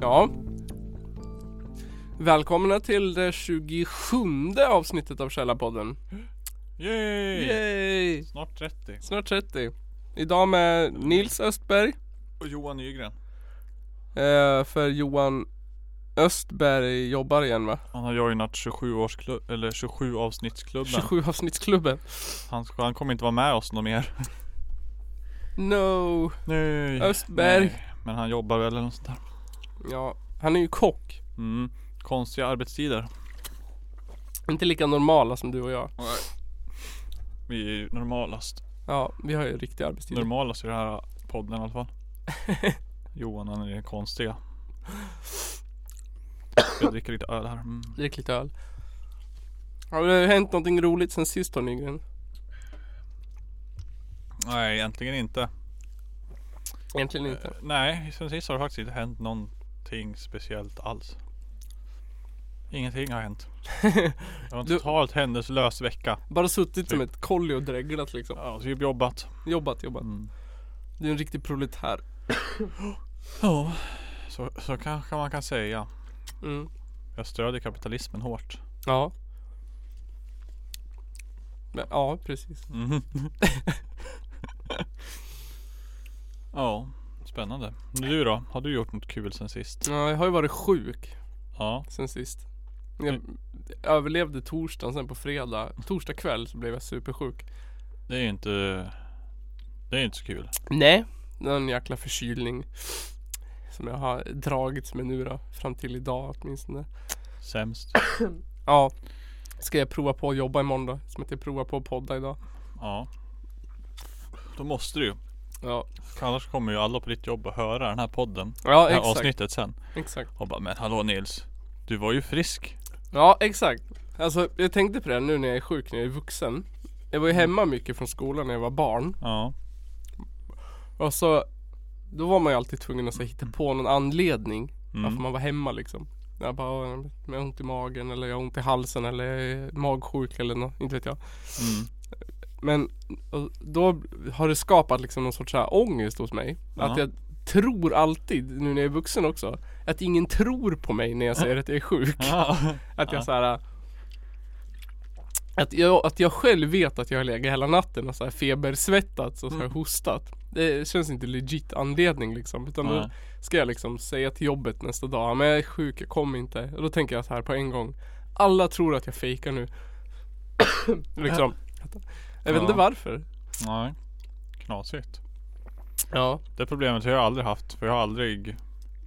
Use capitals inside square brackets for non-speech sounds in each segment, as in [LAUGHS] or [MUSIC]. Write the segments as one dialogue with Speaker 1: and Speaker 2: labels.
Speaker 1: Ja. Välkomna till det 27 avsnittet av Källarpodden.
Speaker 2: Yay!
Speaker 1: Yay!
Speaker 2: Snart 30.
Speaker 1: Snart 30. Idag med Nils Östberg.
Speaker 2: Och Johan Nygren.
Speaker 1: Eh, för Johan Östberg jobbar igen va?
Speaker 2: Han har joinat 27 års klubb, eller 27 avsnittsklubben.
Speaker 1: 27 avsnittsklubben.
Speaker 2: Han, ska- han kommer inte vara med oss något mer.
Speaker 1: No.
Speaker 2: Nej.
Speaker 1: Östberg.
Speaker 2: Nej. Men han jobbar väl eller något sånt där.
Speaker 1: Ja, han är ju kock.
Speaker 2: Mm. Konstiga arbetstider.
Speaker 1: Inte lika normala som du och jag.
Speaker 2: Vi är ju normalast.
Speaker 1: Ja, vi har ju riktiga arbetstider.
Speaker 2: Normalast i den här podden i alla fall. [LAUGHS] Johan han är den konstiga. Jag dricker lite öl här. Mm.
Speaker 1: Drick lite öl. Har det hänt någonting roligt sen sist då Nygren?
Speaker 2: Nej egentligen inte.
Speaker 1: Egentligen
Speaker 2: Eh.
Speaker 1: inte.
Speaker 2: Nej, sen sist har det faktiskt inte hänt någonting speciellt alls. Ingenting har hänt. Det var en
Speaker 1: Du-
Speaker 2: totalt händelselös vecka.
Speaker 1: Bara suttit som ett kolli och dreglat liksom.
Speaker 2: Ja, och typ jobbat.
Speaker 1: Jobbat, jobbat.
Speaker 2: Mm.
Speaker 1: Du är en riktig proletär.
Speaker 2: Ja, så, så kanske man kan säga.
Speaker 1: Mm.
Speaker 2: Jag stödjer kapitalismen hårt.
Speaker 1: Ja. Men, ja, precis.
Speaker 2: Mhm. [LAUGHS] Ja, spännande. Du då? Har du gjort något kul sen sist?
Speaker 1: Ja, jag har ju varit sjuk
Speaker 2: Ja.
Speaker 1: sen sist. Jag överlevde torsdagen, sen på fredag. Torsdag kväll så blev jag supersjuk.
Speaker 2: Det är ju inte... Det är ju inte så kul.
Speaker 1: Nej. Någon jäkla förkylning. Som jag har dragits med nu då. Fram till idag åtminstone.
Speaker 2: Sämst.
Speaker 1: Ja. Ska jag prova på att jobba imorgon då? Som att jag provar på att podda idag.
Speaker 2: Ja. Då måste du ju.
Speaker 1: Ja,
Speaker 2: För Annars kommer ju alla på ditt jobb att höra den här podden.
Speaker 1: ja
Speaker 2: Det här
Speaker 1: exakt.
Speaker 2: avsnittet sen.
Speaker 1: Exakt.
Speaker 2: Och bara men hallå Nils. Du var ju frisk.
Speaker 1: Ja, exakt. Alltså jag tänkte på det nu när jag är sjuk, när jag är vuxen. Jag var ju hemma mycket från skolan när jag var barn.
Speaker 2: Ja.
Speaker 1: Och så, då var man ju alltid tvungen att så, här, hitta på någon anledning
Speaker 2: Mm.
Speaker 1: varför man var hemma liksom. Jag bara, "Åh, jag har ont i magen eller jag har ont i halsen eller jag är magsjuk eller något, inte vet jag. [LAUGHS]
Speaker 2: Mm.
Speaker 1: Men och då har det skapat liksom någon sorts så här ångest hos mig. Att
Speaker 2: Ja.
Speaker 1: jag tror alltid, nu när jag är vuxen också, att ingen tror på mig när jag säger att jag är sjuk.
Speaker 2: Ja.
Speaker 1: Att jag
Speaker 2: Ja.
Speaker 1: så här. Att jag, att jag själv vet att jag har legat hela natten och så här febersvettats och så här
Speaker 2: Mm.
Speaker 1: hostat. Det känns inte legit anledning liksom. Utan då
Speaker 2: Nej.
Speaker 1: ska jag liksom säga till jobbet nästa dag. "Ja, Men jag är sjuk, jag kommer inte. Och då tänker jag så här på en gång. Alla tror att jag fejkar nu. [COUGHS] liksom. Jag vet inte
Speaker 2: Ja.
Speaker 1: varför.
Speaker 2: Nej. Knasigt.
Speaker 1: Ja.
Speaker 2: Det problemet har jag aldrig haft. För jag har aldrig.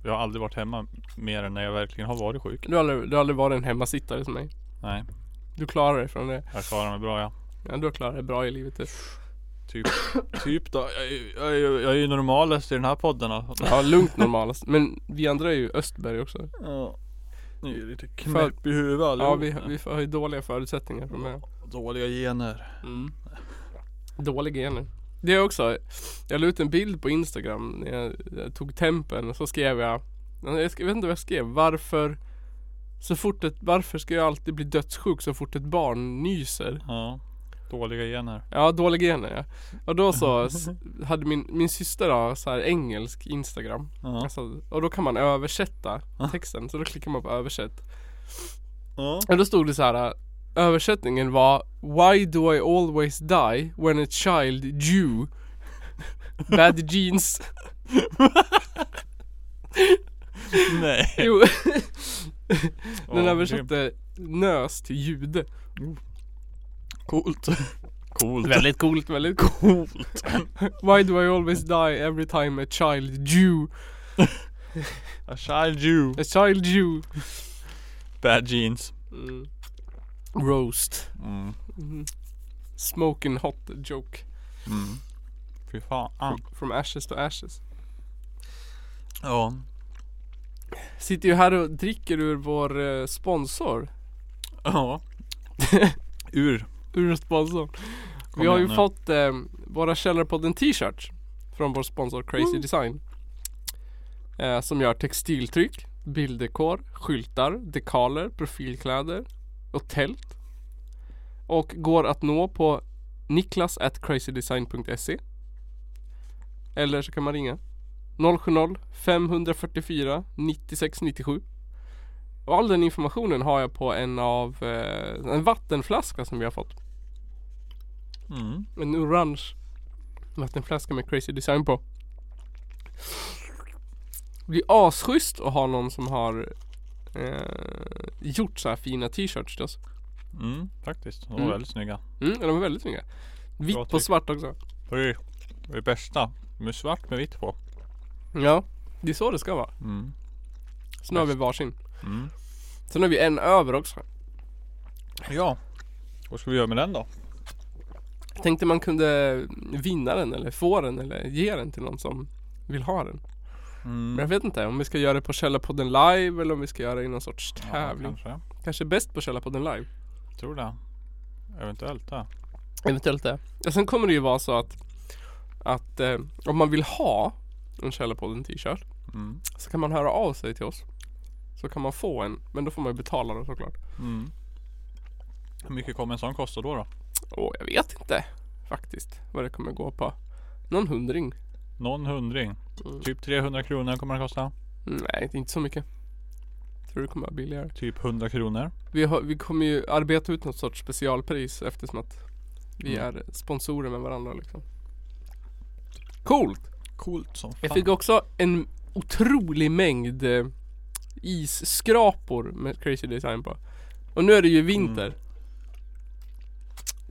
Speaker 2: Jag har aldrig varit hemma mer än när jag verkligen har varit sjuk.
Speaker 1: Du har aldrig, du har aldrig varit en hemmasittare som mig.
Speaker 2: Nej.
Speaker 1: Du klarar dig från det.
Speaker 2: Jag klarar mig bra ja.
Speaker 1: Ja, du har klarat dig bra i livet.
Speaker 2: [LAUGHS]
Speaker 1: Du. [COUGHS]
Speaker 2: Typ. typ då. Jag, är- jag, är- jag är ju normalast i den här podden alltså.
Speaker 1: Ja, lugnt normalast. Men vi andra är ju Östberg också.
Speaker 2: Ja. Ni är lite knäpp i huvudet
Speaker 1: Ja,
Speaker 2: allihop.
Speaker 1: vi, vi har ju dåliga förutsättningar för det.
Speaker 2: Dåliga gener.
Speaker 1: Mm. Dålig gener. Det är också, jag la ut en bild på Instagram när jag, jag tog tempen och så skrev jag, jag sk- vet inte vad jag skrev, varför så fort ett, varför ska jag alltid bli dödssjuk så fort ett barn nyser?
Speaker 2: Ja. Dåliga gener.
Speaker 1: Ja, dålig gener ja. Och då så
Speaker 2: [LAUGHS]
Speaker 1: s- hade min, min syster då så här engelsk Instagram.
Speaker 2: Ja.
Speaker 1: Alltså, och då kan man översätta
Speaker 2: Ja.
Speaker 1: texten, så då klickar man på översätt.
Speaker 2: Ja.
Speaker 1: Och då stod det så här. äh, Översättningen var Why do I always die when a child Jew? [LAUGHS] Bad genes. [LAUGHS]
Speaker 2: Nej.
Speaker 1: Jo, den
Speaker 2: Ja,
Speaker 1: översatte nös till jude.
Speaker 2: Coolt. [LAUGHS] Coolt.
Speaker 1: Väldigt coolt, [LAUGHS] väldigt coolt. [LAUGHS] Why do I always die every time a child Jew?
Speaker 2: A child you.
Speaker 1: A child Jew.
Speaker 2: Bad jeans.
Speaker 1: Mm. Roast.
Speaker 2: Mm.
Speaker 1: Mm. Smoking hot joke.
Speaker 2: Mm. Fy fan. Ah.
Speaker 1: From ashes to ashes.
Speaker 2: Ja.
Speaker 1: Sitter ju här och dricker ur vår eh, sponsor.
Speaker 2: Ja. [LAUGHS] Ur.
Speaker 1: Ur sponsorn.
Speaker 2: Kom
Speaker 1: Vi har ju
Speaker 2: igen nu.
Speaker 1: fått eh, våra Källarpodden t-shirts från vår sponsor Crazy Design. Eh, som gör textiltryck, bilddekor, skyltar, dekaler, profilkläder och tält. Och går att nå på Niklas at crazydesign.se Eller så kan man ringa 070 544 9697 Och all den informationen har jag på en av eh, en vattenflaska som vi har fått.
Speaker 2: Mm.
Speaker 1: En orange vattenflaska med crazy design på. Det blir asschysst att ha någon som har eh, gjort så här fina t-shirts till oss.
Speaker 2: Mm, faktiskt. De var
Speaker 1: Mm.
Speaker 2: väldigt snygga.
Speaker 1: Mm, de är väldigt snygga. Vitt på
Speaker 2: tryck.
Speaker 1: svart också.
Speaker 2: Det är det bästa. Med svart med vitt på.
Speaker 1: Ja, det är så det ska vara.
Speaker 2: Mm.
Speaker 1: Sen har vi varsin.
Speaker 2: Mm.
Speaker 1: Sen har vi en över också.
Speaker 2: Ja. Vad ska vi göra med den då?
Speaker 1: Tänkte man kunde vinna den eller få den eller ge den till någon som vill ha den. Men jag
Speaker 2: Mm.
Speaker 1: vet inte om vi ska göra det på Källarpodden live eller om vi ska göra det i någon sorts
Speaker 2: Ja,
Speaker 1: tävling.
Speaker 2: kanske.
Speaker 1: kanske bäst på Källarpodden live.
Speaker 2: Tror det. Eventuellt det.
Speaker 1: Eventuellt det. Och sen kommer det ju vara så att, att eh, om man vill ha en Källarpodden t-shirt
Speaker 2: Mm.
Speaker 1: så kan man höra av sig till oss. Så kan man få en, men då får man ju betala den såklart.
Speaker 2: Mm. Hur mycket kommer en sån kosta då? då?
Speaker 1: Åh, jag vet inte faktiskt vad det kommer gå på. Någon hundring?
Speaker 2: Någon hundring.
Speaker 1: Mm.
Speaker 2: Typ 300 kronor kommer den kosta.
Speaker 1: Nej, inte så mycket. Tror det kommer vara billigare.
Speaker 2: Typ 100 kronor.
Speaker 1: Vi, har, vi kommer ju arbeta ut något sorts specialpris eftersom att vi
Speaker 2: Mm.
Speaker 1: är sponsorer med varandra liksom. Coolt!
Speaker 2: Coolt som
Speaker 1: Jag
Speaker 2: fan.
Speaker 1: fick också en otrolig mängd eh, isskrapor med Crazy Design på. Och nu är det ju vinter.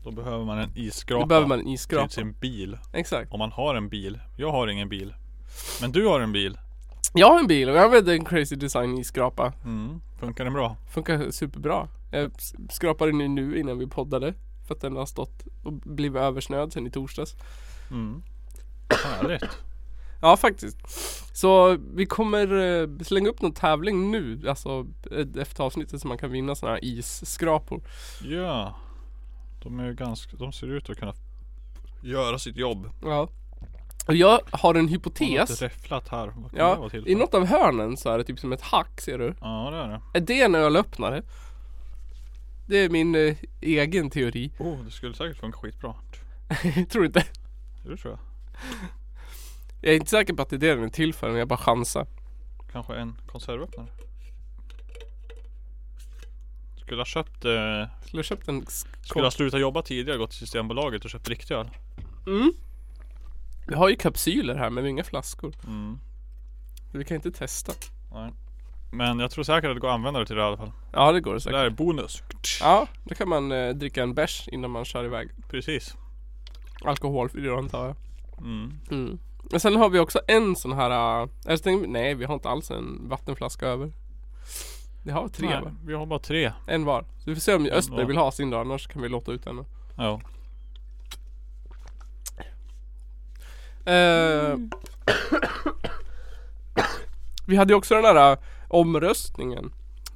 Speaker 2: Då behöver man en
Speaker 1: Då
Speaker 2: isskrapa.
Speaker 1: behöver man en
Speaker 2: till
Speaker 1: isskrapa.
Speaker 2: sin bil.
Speaker 1: Exakt.
Speaker 2: Om man har en bil. Jag har ingen bil. Men du har en bil.
Speaker 1: Jag har en bil och jag använder en Crazy Design isskrapa.
Speaker 2: Mm. Funkar den bra?
Speaker 1: Funkar superbra. Jag s- skrapade den ju nu innan vi poddade. För att den har stått och blivit översnöad sen i torsdags.
Speaker 2: Mm. Härligt.
Speaker 1: Ja faktiskt. Så vi kommer eh, slänga upp någon tävling nu, alltså eh, efter avsnittet så man kan vinna sådana här isskrapor.
Speaker 2: Ja. De är ju ganska, de ser ut att kunna göra sitt jobb.
Speaker 1: Ja. Och jag har en
Speaker 2: Har något
Speaker 1: hypotes.
Speaker 2: räfflat här. Vad kan det
Speaker 1: Ja,
Speaker 2: vara till
Speaker 1: i
Speaker 2: för?
Speaker 1: något av hörnen så är det typ som ett hack ser du.
Speaker 2: Ja det är det.
Speaker 1: Är det en ölöppnare? Det är min eh, egen teori.
Speaker 2: Oh det skulle säkert funka skitbra.
Speaker 1: tror inte.
Speaker 2: Det tror jag.
Speaker 1: Jag är inte säker på att det är det den är till för men jag bara chansar.
Speaker 2: Kanske en konservöppnare. Skulle ha köpt eh,
Speaker 1: Skulle jag köpt en sk-
Speaker 2: Skulle ha slutat jobba tidigare, gått till Systembolaget och köpt riktig öl.
Speaker 1: Mm. Vi har ju kapsyler här men vi har inga flaskor.
Speaker 2: Mm.
Speaker 1: Vi kan inte testa.
Speaker 2: Men jag tror säkert att det går att använda det till det i alla fall.
Speaker 1: Ja det går
Speaker 2: Det
Speaker 1: säkert.
Speaker 2: där är bonus.
Speaker 1: Ja, då kan man eh, dricka en bärs innan man kör iväg.
Speaker 2: Precis.
Speaker 1: Alkoholfri då antar jag.
Speaker 2: Mm.
Speaker 1: Mm. Och sen har vi också en sån här, äh, jag tänkte, nej vi har inte alls en vattenflaska över. Det har vi tre
Speaker 2: Nej,
Speaker 1: va?
Speaker 2: Vi har bara tre.
Speaker 1: En var. Så vi får se om Östberg
Speaker 2: var.
Speaker 1: vill ha sin då, annars kan vi låta ut henne.
Speaker 2: Ja.
Speaker 1: Eh, [COUGHS] vi hade ju också den där äh, omröstningen.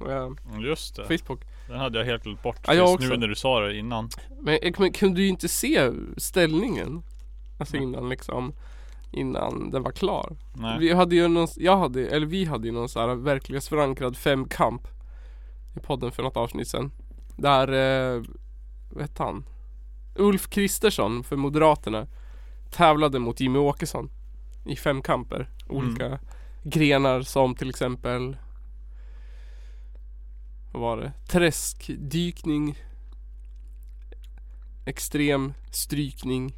Speaker 1: Eh,
Speaker 2: Mm, Just det.
Speaker 1: Facebook.
Speaker 2: Den hade jag helt glömt bort.
Speaker 1: Ja, jag
Speaker 2: tills
Speaker 1: också.
Speaker 2: nu när du sa det innan.
Speaker 1: Men jag kom- kunde ju inte se ställningen. Alltså innan liksom Innan den var klar.
Speaker 2: Nej.
Speaker 1: Vi hade ju någon, jag hade, eller vi hade ju någon så här verklighetsförankrad femkamp I podden för något avsnitt sen Där, eh, vad hette han? Ulf Kristersson för Moderaterna Tävlade mot Jimmy Åkesson I femkamper Olika grenar som till exempel Vad var det? Träskdykning Extrem strykning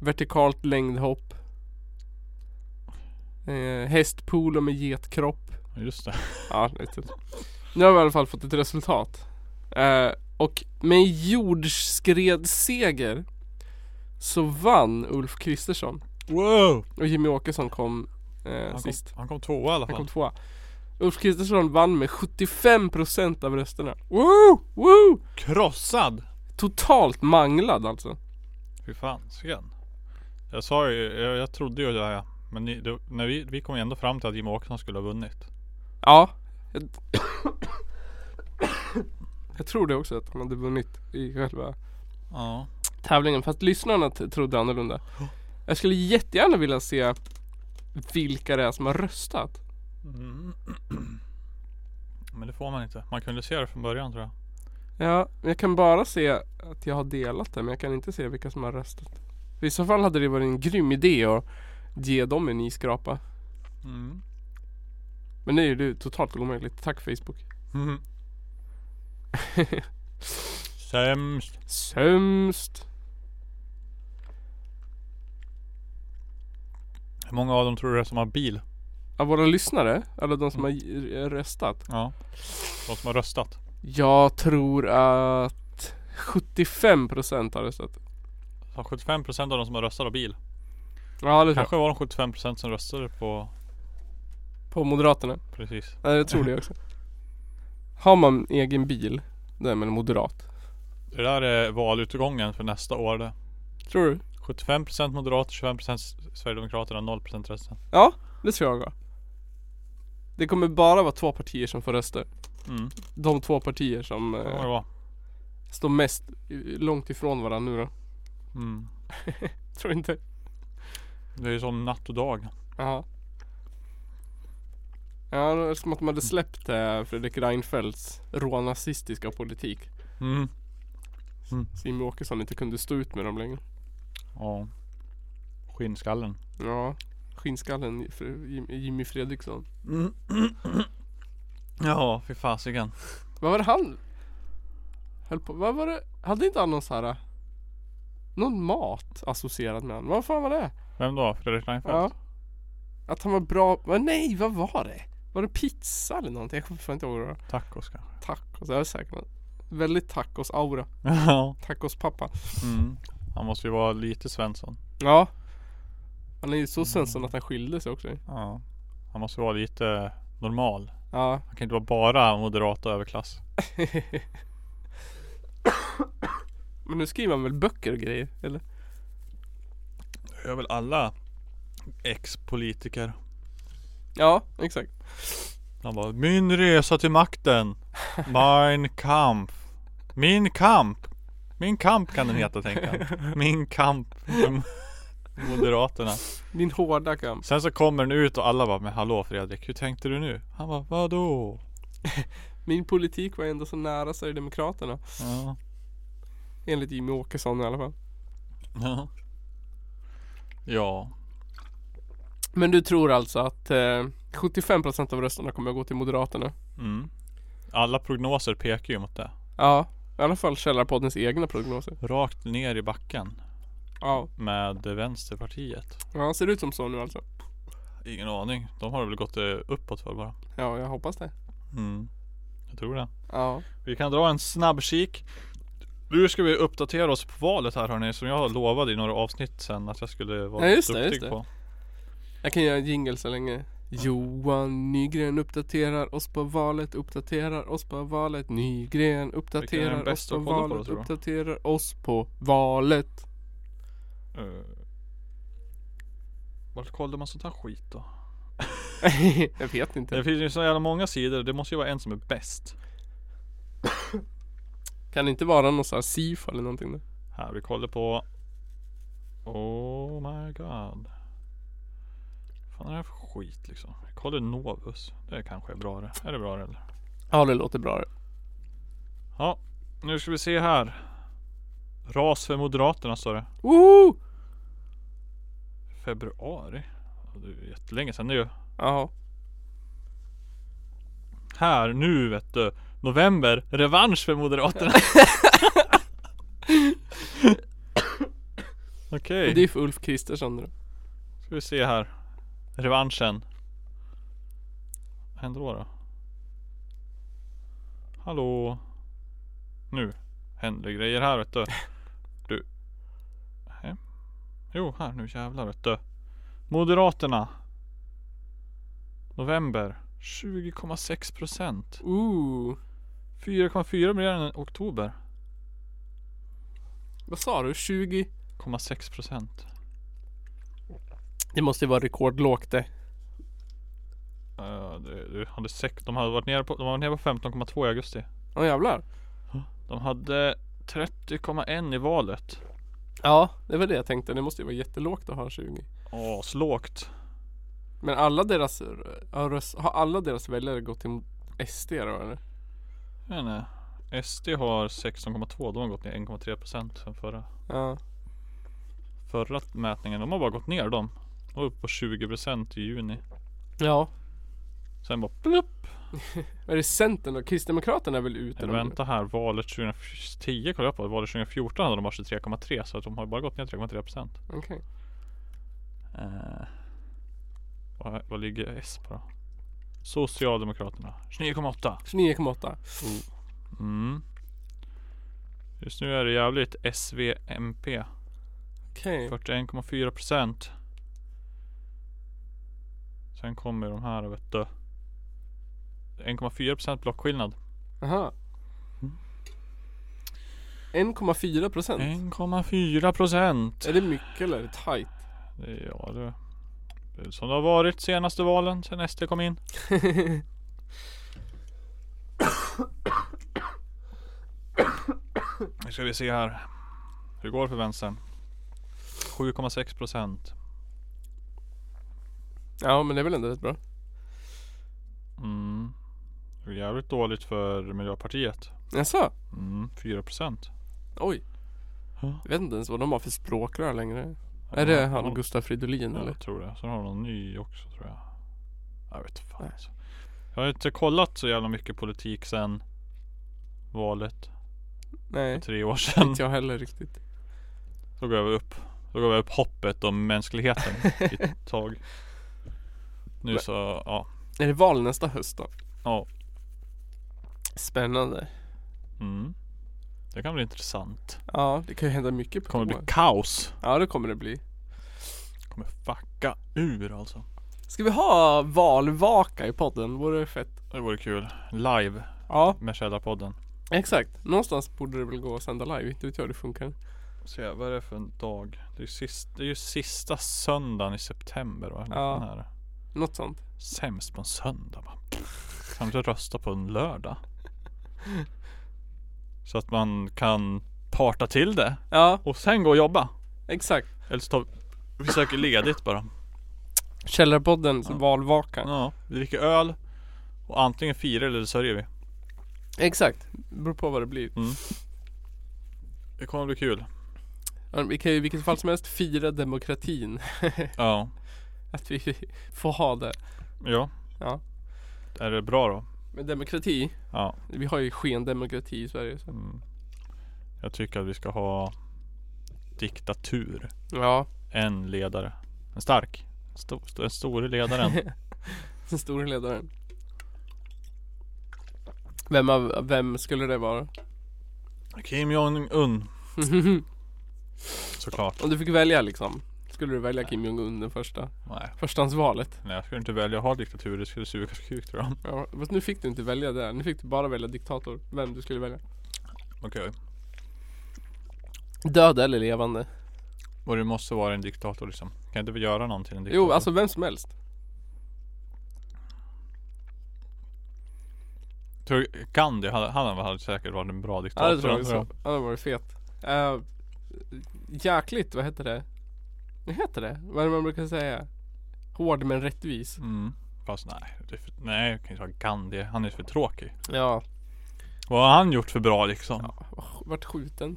Speaker 1: Vertikalt längdhopp eh, Hästpolo med getkropp
Speaker 2: Just det.
Speaker 1: Ja, lite Nu har vi i alla fall fått ett resultat eh, Och med en jordskredsseger Så vann Ulf Kristersson
Speaker 2: Wow!
Speaker 1: Och Jimmy Åkesson kom eh,
Speaker 2: Han kom,
Speaker 1: sist
Speaker 2: han kom tvåa i alla
Speaker 1: Han kom
Speaker 2: fall.
Speaker 1: tvåa Ulf Kristersson vann med 75% av rösterna Woo! Woo!
Speaker 2: Krossad!
Speaker 1: Totalt manglad alltså
Speaker 2: Fy fan, sken. Jag sa ju, jag, jag trodde ju det här. Men ni, det, när vi, vi kom ju ändå fram till att Jimmie Åkesson skulle ha vunnit.
Speaker 1: Ja Jag, [COUGHS] jag tror det också att han hade vunnit i själva
Speaker 2: Ja.
Speaker 1: tävlingen fast lyssnarna t- trodde annorlunda. Jag skulle jättegärna vilja se vilka det är som har röstat.
Speaker 2: [CLEARS THROAT] Mm. Men det får man inte. Man kunde se det från början tror jag.
Speaker 1: Ja, men jag kan bara se att jag har delat det men jag kan inte se vilka som har röstat. För I så fall hade det varit en grym idé att ge dem en ny skrapa.
Speaker 2: Mm.
Speaker 1: Men det är ju det är totalt omöjligt. Tack Facebook.
Speaker 2: Mhm. Sämst.
Speaker 1: Sämst.
Speaker 2: Hur många av dem tror du det är som har bil?
Speaker 1: Av våra lyssnare? Eller de som har j- röstat?
Speaker 2: Ja. De som har röstat.
Speaker 1: Jag tror att 75% har röstat.
Speaker 2: Så 75% av de som har röstat har bil.
Speaker 1: Ja, det tror jag.
Speaker 2: Kanske var de 75% som röstade på...
Speaker 1: På Moderaterna.
Speaker 2: Precis.
Speaker 1: Ja, jag tror det också. Har man egen bil, då är man moderat.
Speaker 2: Det där är valutgången för nästa år det.
Speaker 1: Tror du?
Speaker 2: 75% Moderater, 25% Sverigedemokraterna, 0% resten.
Speaker 1: Ja, det tror jag. Det kommer bara vara två partier som får röster.
Speaker 2: Mm,
Speaker 1: De två partier som
Speaker 2: det kommer
Speaker 1: eh,
Speaker 2: det vara.
Speaker 1: står mest i- långt ifrån varandra nu då. [LAUGHS]
Speaker 2: Mm.
Speaker 1: Tror inte.
Speaker 2: Det är ju som natt och dag.
Speaker 1: Jaha. Ja, det är som att de hade släppt eh, Fredrik Reinfeldts rånazistiska politik.
Speaker 2: Mm.
Speaker 1: Så Jimmie Åkesson inte kunde stå ut med dem längre.
Speaker 2: Ja. Skinnskallen.
Speaker 1: Ja, skinnskallen Fre- Jim- Jimmy Fredriksson.
Speaker 2: Mm. [CLEARS THROAT] ja, fy fasiken.
Speaker 1: Vad var det han höll på? Vad var det? Hade inte han någon så här eh, någon mat associerad med honom? Vad fan var det?
Speaker 2: Vem då? Fredrik Reinfeldt?
Speaker 1: Ja. Att han var bra, men nej vad var det? Var det pizza eller någonting? Jag kommer fan inte ihåg vad det var.
Speaker 2: Tacos kanske?
Speaker 1: Tacos, jag är säker på det. Väldigt tacos-aura.
Speaker 2: [LAUGHS] Ja.
Speaker 1: Tacos-pappa.
Speaker 2: Mm. Han måste ju vara lite Svensson.
Speaker 1: Ja. Han är ju så svensson att han skilde sig också.
Speaker 2: Ja. Han måste vara lite normal.
Speaker 1: Ja.
Speaker 2: Han kan inte vara bara moderat och överklass.
Speaker 1: Men nu skriver han väl böcker och grejer? Eller?
Speaker 2: Det är väl alla ex-politiker.
Speaker 1: Ja, exakt.
Speaker 2: Han bara, min resa till makten. [LAUGHS] Mein kamp. Min kamp. Min kamp kan den heta tänker han. Min kamp. för Moderaterna.
Speaker 1: Din hårda kamp.
Speaker 2: Sen så kommer den ut och alla bara, men hallå Fredrik, hur tänkte du nu? Han bara, vadå?
Speaker 1: Min politik var ändå så nära Sverigedemokraterna.
Speaker 2: Ja.
Speaker 1: Enligt Jimmy Åkesson i alla fall.
Speaker 2: Ja. Ja.
Speaker 1: Men du tror alltså att eh, 75% av rösterna kommer att gå till Moderaterna?
Speaker 2: Mm. Alla prognoser pekar ju mot det.
Speaker 1: Ja, i alla fall Källarpoddens egna prognoser.
Speaker 2: Rakt ner i backen
Speaker 1: Ja,
Speaker 2: med Vänsterpartiet.
Speaker 1: ja han ser ut som så nu alltså.
Speaker 2: Ingen aning. De har väl gått eh, uppåt för bara.
Speaker 1: Ja, jag hoppas det.
Speaker 2: Mm. Jag tror det.
Speaker 1: Ja.
Speaker 2: Vi kan dra en snabb kik. Nu ska vi uppdatera oss på valet här hörni, som jag lovade i några avsnitt sen att jag skulle vara
Speaker 1: Ja, just det,
Speaker 2: duktig
Speaker 1: just det.
Speaker 2: på.
Speaker 1: Jag kan göra en jingle så länge. Johan Nygren uppdaterar oss på valet, uppdaterar oss på valet. Nygren
Speaker 2: Vilken är
Speaker 1: uppdaterar
Speaker 2: den
Speaker 1: oss
Speaker 2: bästa
Speaker 1: på
Speaker 2: att kolla på
Speaker 1: valet,
Speaker 2: då, tror du?
Speaker 1: uppdaterar oss på [LAUGHS] valet.
Speaker 2: Uh. Vart kollar man sånt här skit då?
Speaker 1: jag vet inte.
Speaker 2: Det finns ju så jävla många sidor, det måste ju vara en som är bäst.
Speaker 1: Kan det inte vara någon sån här SIFO eller någonting? Då?
Speaker 2: Här, vi kollar på Oh my god Fan är det här för skit liksom? Vi kollar Novus, det kanske är bra det. Är det bra det eller?
Speaker 1: Ja, det låter bra.
Speaker 2: Ja, nu ska vi se här Ras för Moderaterna står det
Speaker 1: Woho!
Speaker 2: Februari? Ja, Det är ju jättelänge sedan nu.
Speaker 1: Ja.
Speaker 2: Här nu vet du. November. Revansch för Moderaterna. Okej.
Speaker 1: Men Det är för Ulf Kristersson då.
Speaker 2: Ska vi se här. Revanschen. Vad händer då då? Hallå? Nu händer grejer här vet du. Du. Nej. Jo här nu jävlar vet du. Moderaterna. November. 20,6 procent.
Speaker 1: Ooh.
Speaker 2: 4,4 mer än oktober.
Speaker 1: Vad sa du? 20?
Speaker 2: 0,6 procent.
Speaker 1: Det måste ju vara rekordlågt det.
Speaker 2: Uh, det, det hade sex, de hade varit nere på, de var nere på 15,2 i augusti.
Speaker 1: Åh jävlar.
Speaker 2: De hade 30,1 i valet.
Speaker 1: Ja, det var det jag tänkte. Det måste ju vara jättelågt att ha 20.
Speaker 2: Aslågt.
Speaker 1: Men alla deras, har röst- har alla deras väljare gått till SD då eller?
Speaker 2: Jag vet inte. SD har 16,2. De har gått ner 1,3% sen förra,
Speaker 1: Ja.
Speaker 2: förra mätningen. De har bara gått ner de. De var uppe på 20% i juni.
Speaker 1: Ja.
Speaker 2: Sen bara plupp.
Speaker 1: [LAUGHS] Är det Centern och Kristdemokraterna är väl ute?
Speaker 2: Eller vänta här. Valet 2010 kollade jag på. Valet 2014 hade de bara 23,3. Så att de har ju bara gått ner 3,3%.
Speaker 1: Okej.
Speaker 2: Eh, vad, vad ligger S på då? Socialdemokraterna 29,8
Speaker 1: 29,8.
Speaker 2: mm. Just nu är det jävligt SVMP
Speaker 1: Okej.
Speaker 2: 41,4 procent Sen kommer de här vet du 1,4 procent blockskillnad
Speaker 1: Aha. 1,4
Speaker 2: Mm.
Speaker 1: procent.
Speaker 2: 1,4 procent
Speaker 1: Är det mycket eller är det tight?
Speaker 2: Ja du Det är Som det har varit senaste valen sen SD kom in Nu ska vi se här. Hur går det för vänstern? 7,6 procent.
Speaker 1: ja men det är väl ändå rätt bra.
Speaker 2: Mm. Det är jävligt dåligt för Miljöpartiet.
Speaker 1: Jaså?
Speaker 2: Mm, 4 procent.
Speaker 1: Oj.
Speaker 2: Ja.
Speaker 1: Jag vet inte ens vad de har för språkrör längre. Är det han Gustaf Fridolin
Speaker 2: Ja,
Speaker 1: eller?
Speaker 2: jag tror det. Sen har de någon ny också tror jag. Jag vet fan.
Speaker 1: Nej.
Speaker 2: alltså. Jag har inte kollat så jävla mycket politik sen valet
Speaker 1: Nej.
Speaker 2: tre
Speaker 1: [LAUGHS]
Speaker 2: år sedan.
Speaker 1: Inte jag heller
Speaker 2: [LAUGHS]
Speaker 1: riktigt.
Speaker 2: Då gav jag upp. Då gav jag upp hoppet
Speaker 1: [LAUGHS]
Speaker 2: om mänskligheten i ett tag. Nu
Speaker 1: Men-
Speaker 2: så, ja.
Speaker 1: Är det val nästa höst då?
Speaker 2: Ja.
Speaker 1: Spännande.
Speaker 2: Mm. Det kan bli intressant.
Speaker 1: Ja, det kan ju hända mycket
Speaker 2: Det
Speaker 1: på
Speaker 2: kommer
Speaker 1: ett
Speaker 2: bli
Speaker 1: år.
Speaker 2: kaos.
Speaker 1: Ja, det kommer det bli.
Speaker 2: Kommer fucka ur alltså.
Speaker 1: Ska vi ha valvaka i podden? Vore det fett?
Speaker 2: Det vore kul. Live
Speaker 1: Ja,
Speaker 2: med Källarpodden.
Speaker 1: exakt. Någonstans borde det väl gå att sända live. Inte vet jag hur det funkar.
Speaker 2: Se vad är det för en dag? Det är, ju sist, det är ju sista söndagen i september va?
Speaker 1: Ja.
Speaker 2: Ja. Här.
Speaker 1: Något sånt.
Speaker 2: Sämst på en söndag va? Kan du rösta på en lördag? Så att man kan parta till det
Speaker 1: Ja,
Speaker 2: och sen gå och jobba.
Speaker 1: exakt.
Speaker 2: Eller så tar vi söker ledigt bara.
Speaker 1: Källarpoddens valvaka.
Speaker 2: Ja, vi dricker öl och antingen firar eller sörjer vi.
Speaker 1: Exakt. Beror på vad det blir.
Speaker 2: Det kommer bli kul.
Speaker 1: Ja, Vi kan ju i vilket fall som helst fira demokratin. [LAUGHS]
Speaker 2: Ja.
Speaker 1: Att vi får ha det.
Speaker 2: Ja.
Speaker 1: Ja.
Speaker 2: Är det bra då?
Speaker 1: Men demokrati,
Speaker 2: Ja.
Speaker 1: vi har ju skendemokrati i Sverige. Så.
Speaker 2: Mm. Jag tycker att vi ska ha diktatur.
Speaker 1: Ja,
Speaker 2: En ledare. En stark. Stor, stor, den store ledaren.
Speaker 1: [LAUGHS] den store ledaren. Vem, av, vem skulle det vara? [LAUGHS]
Speaker 2: Kim Jong-Un såklart.
Speaker 1: Om du fick välja liksom. Skulle du välja Kim Jong-Un den första?
Speaker 2: Nej,
Speaker 1: Förstahandsvalet.
Speaker 2: nej jag skulle inte välja att ha diktatur. Det skulle suga [LAUGHS] kuk tror jag.
Speaker 1: Ja, fast nu fick du inte välja det. Nu fick du bara välja diktator. Vem du skulle välja.
Speaker 2: Okej.
Speaker 1: Död eller levande?
Speaker 2: Och det måste vara en diktator liksom. Kan inte vi göra någon till en diktator?
Speaker 1: Jo, alltså vem som helst.
Speaker 2: Tror du Gandhi, han, han hade säkert varit en bra diktator.
Speaker 1: Ja, det tror jag
Speaker 2: tror
Speaker 1: också. Han har varit fet. Uh, jäkligt, vad heter det? Vad heter det? Vad är det man brukar säga? Hård men rättvis.
Speaker 2: Mm. Fast nej, det är för, nej jag kan inte säga Gandhi. Han är för tråkig.
Speaker 1: Ja.
Speaker 2: Vad har han gjort för bra liksom?
Speaker 1: Vart skjuten.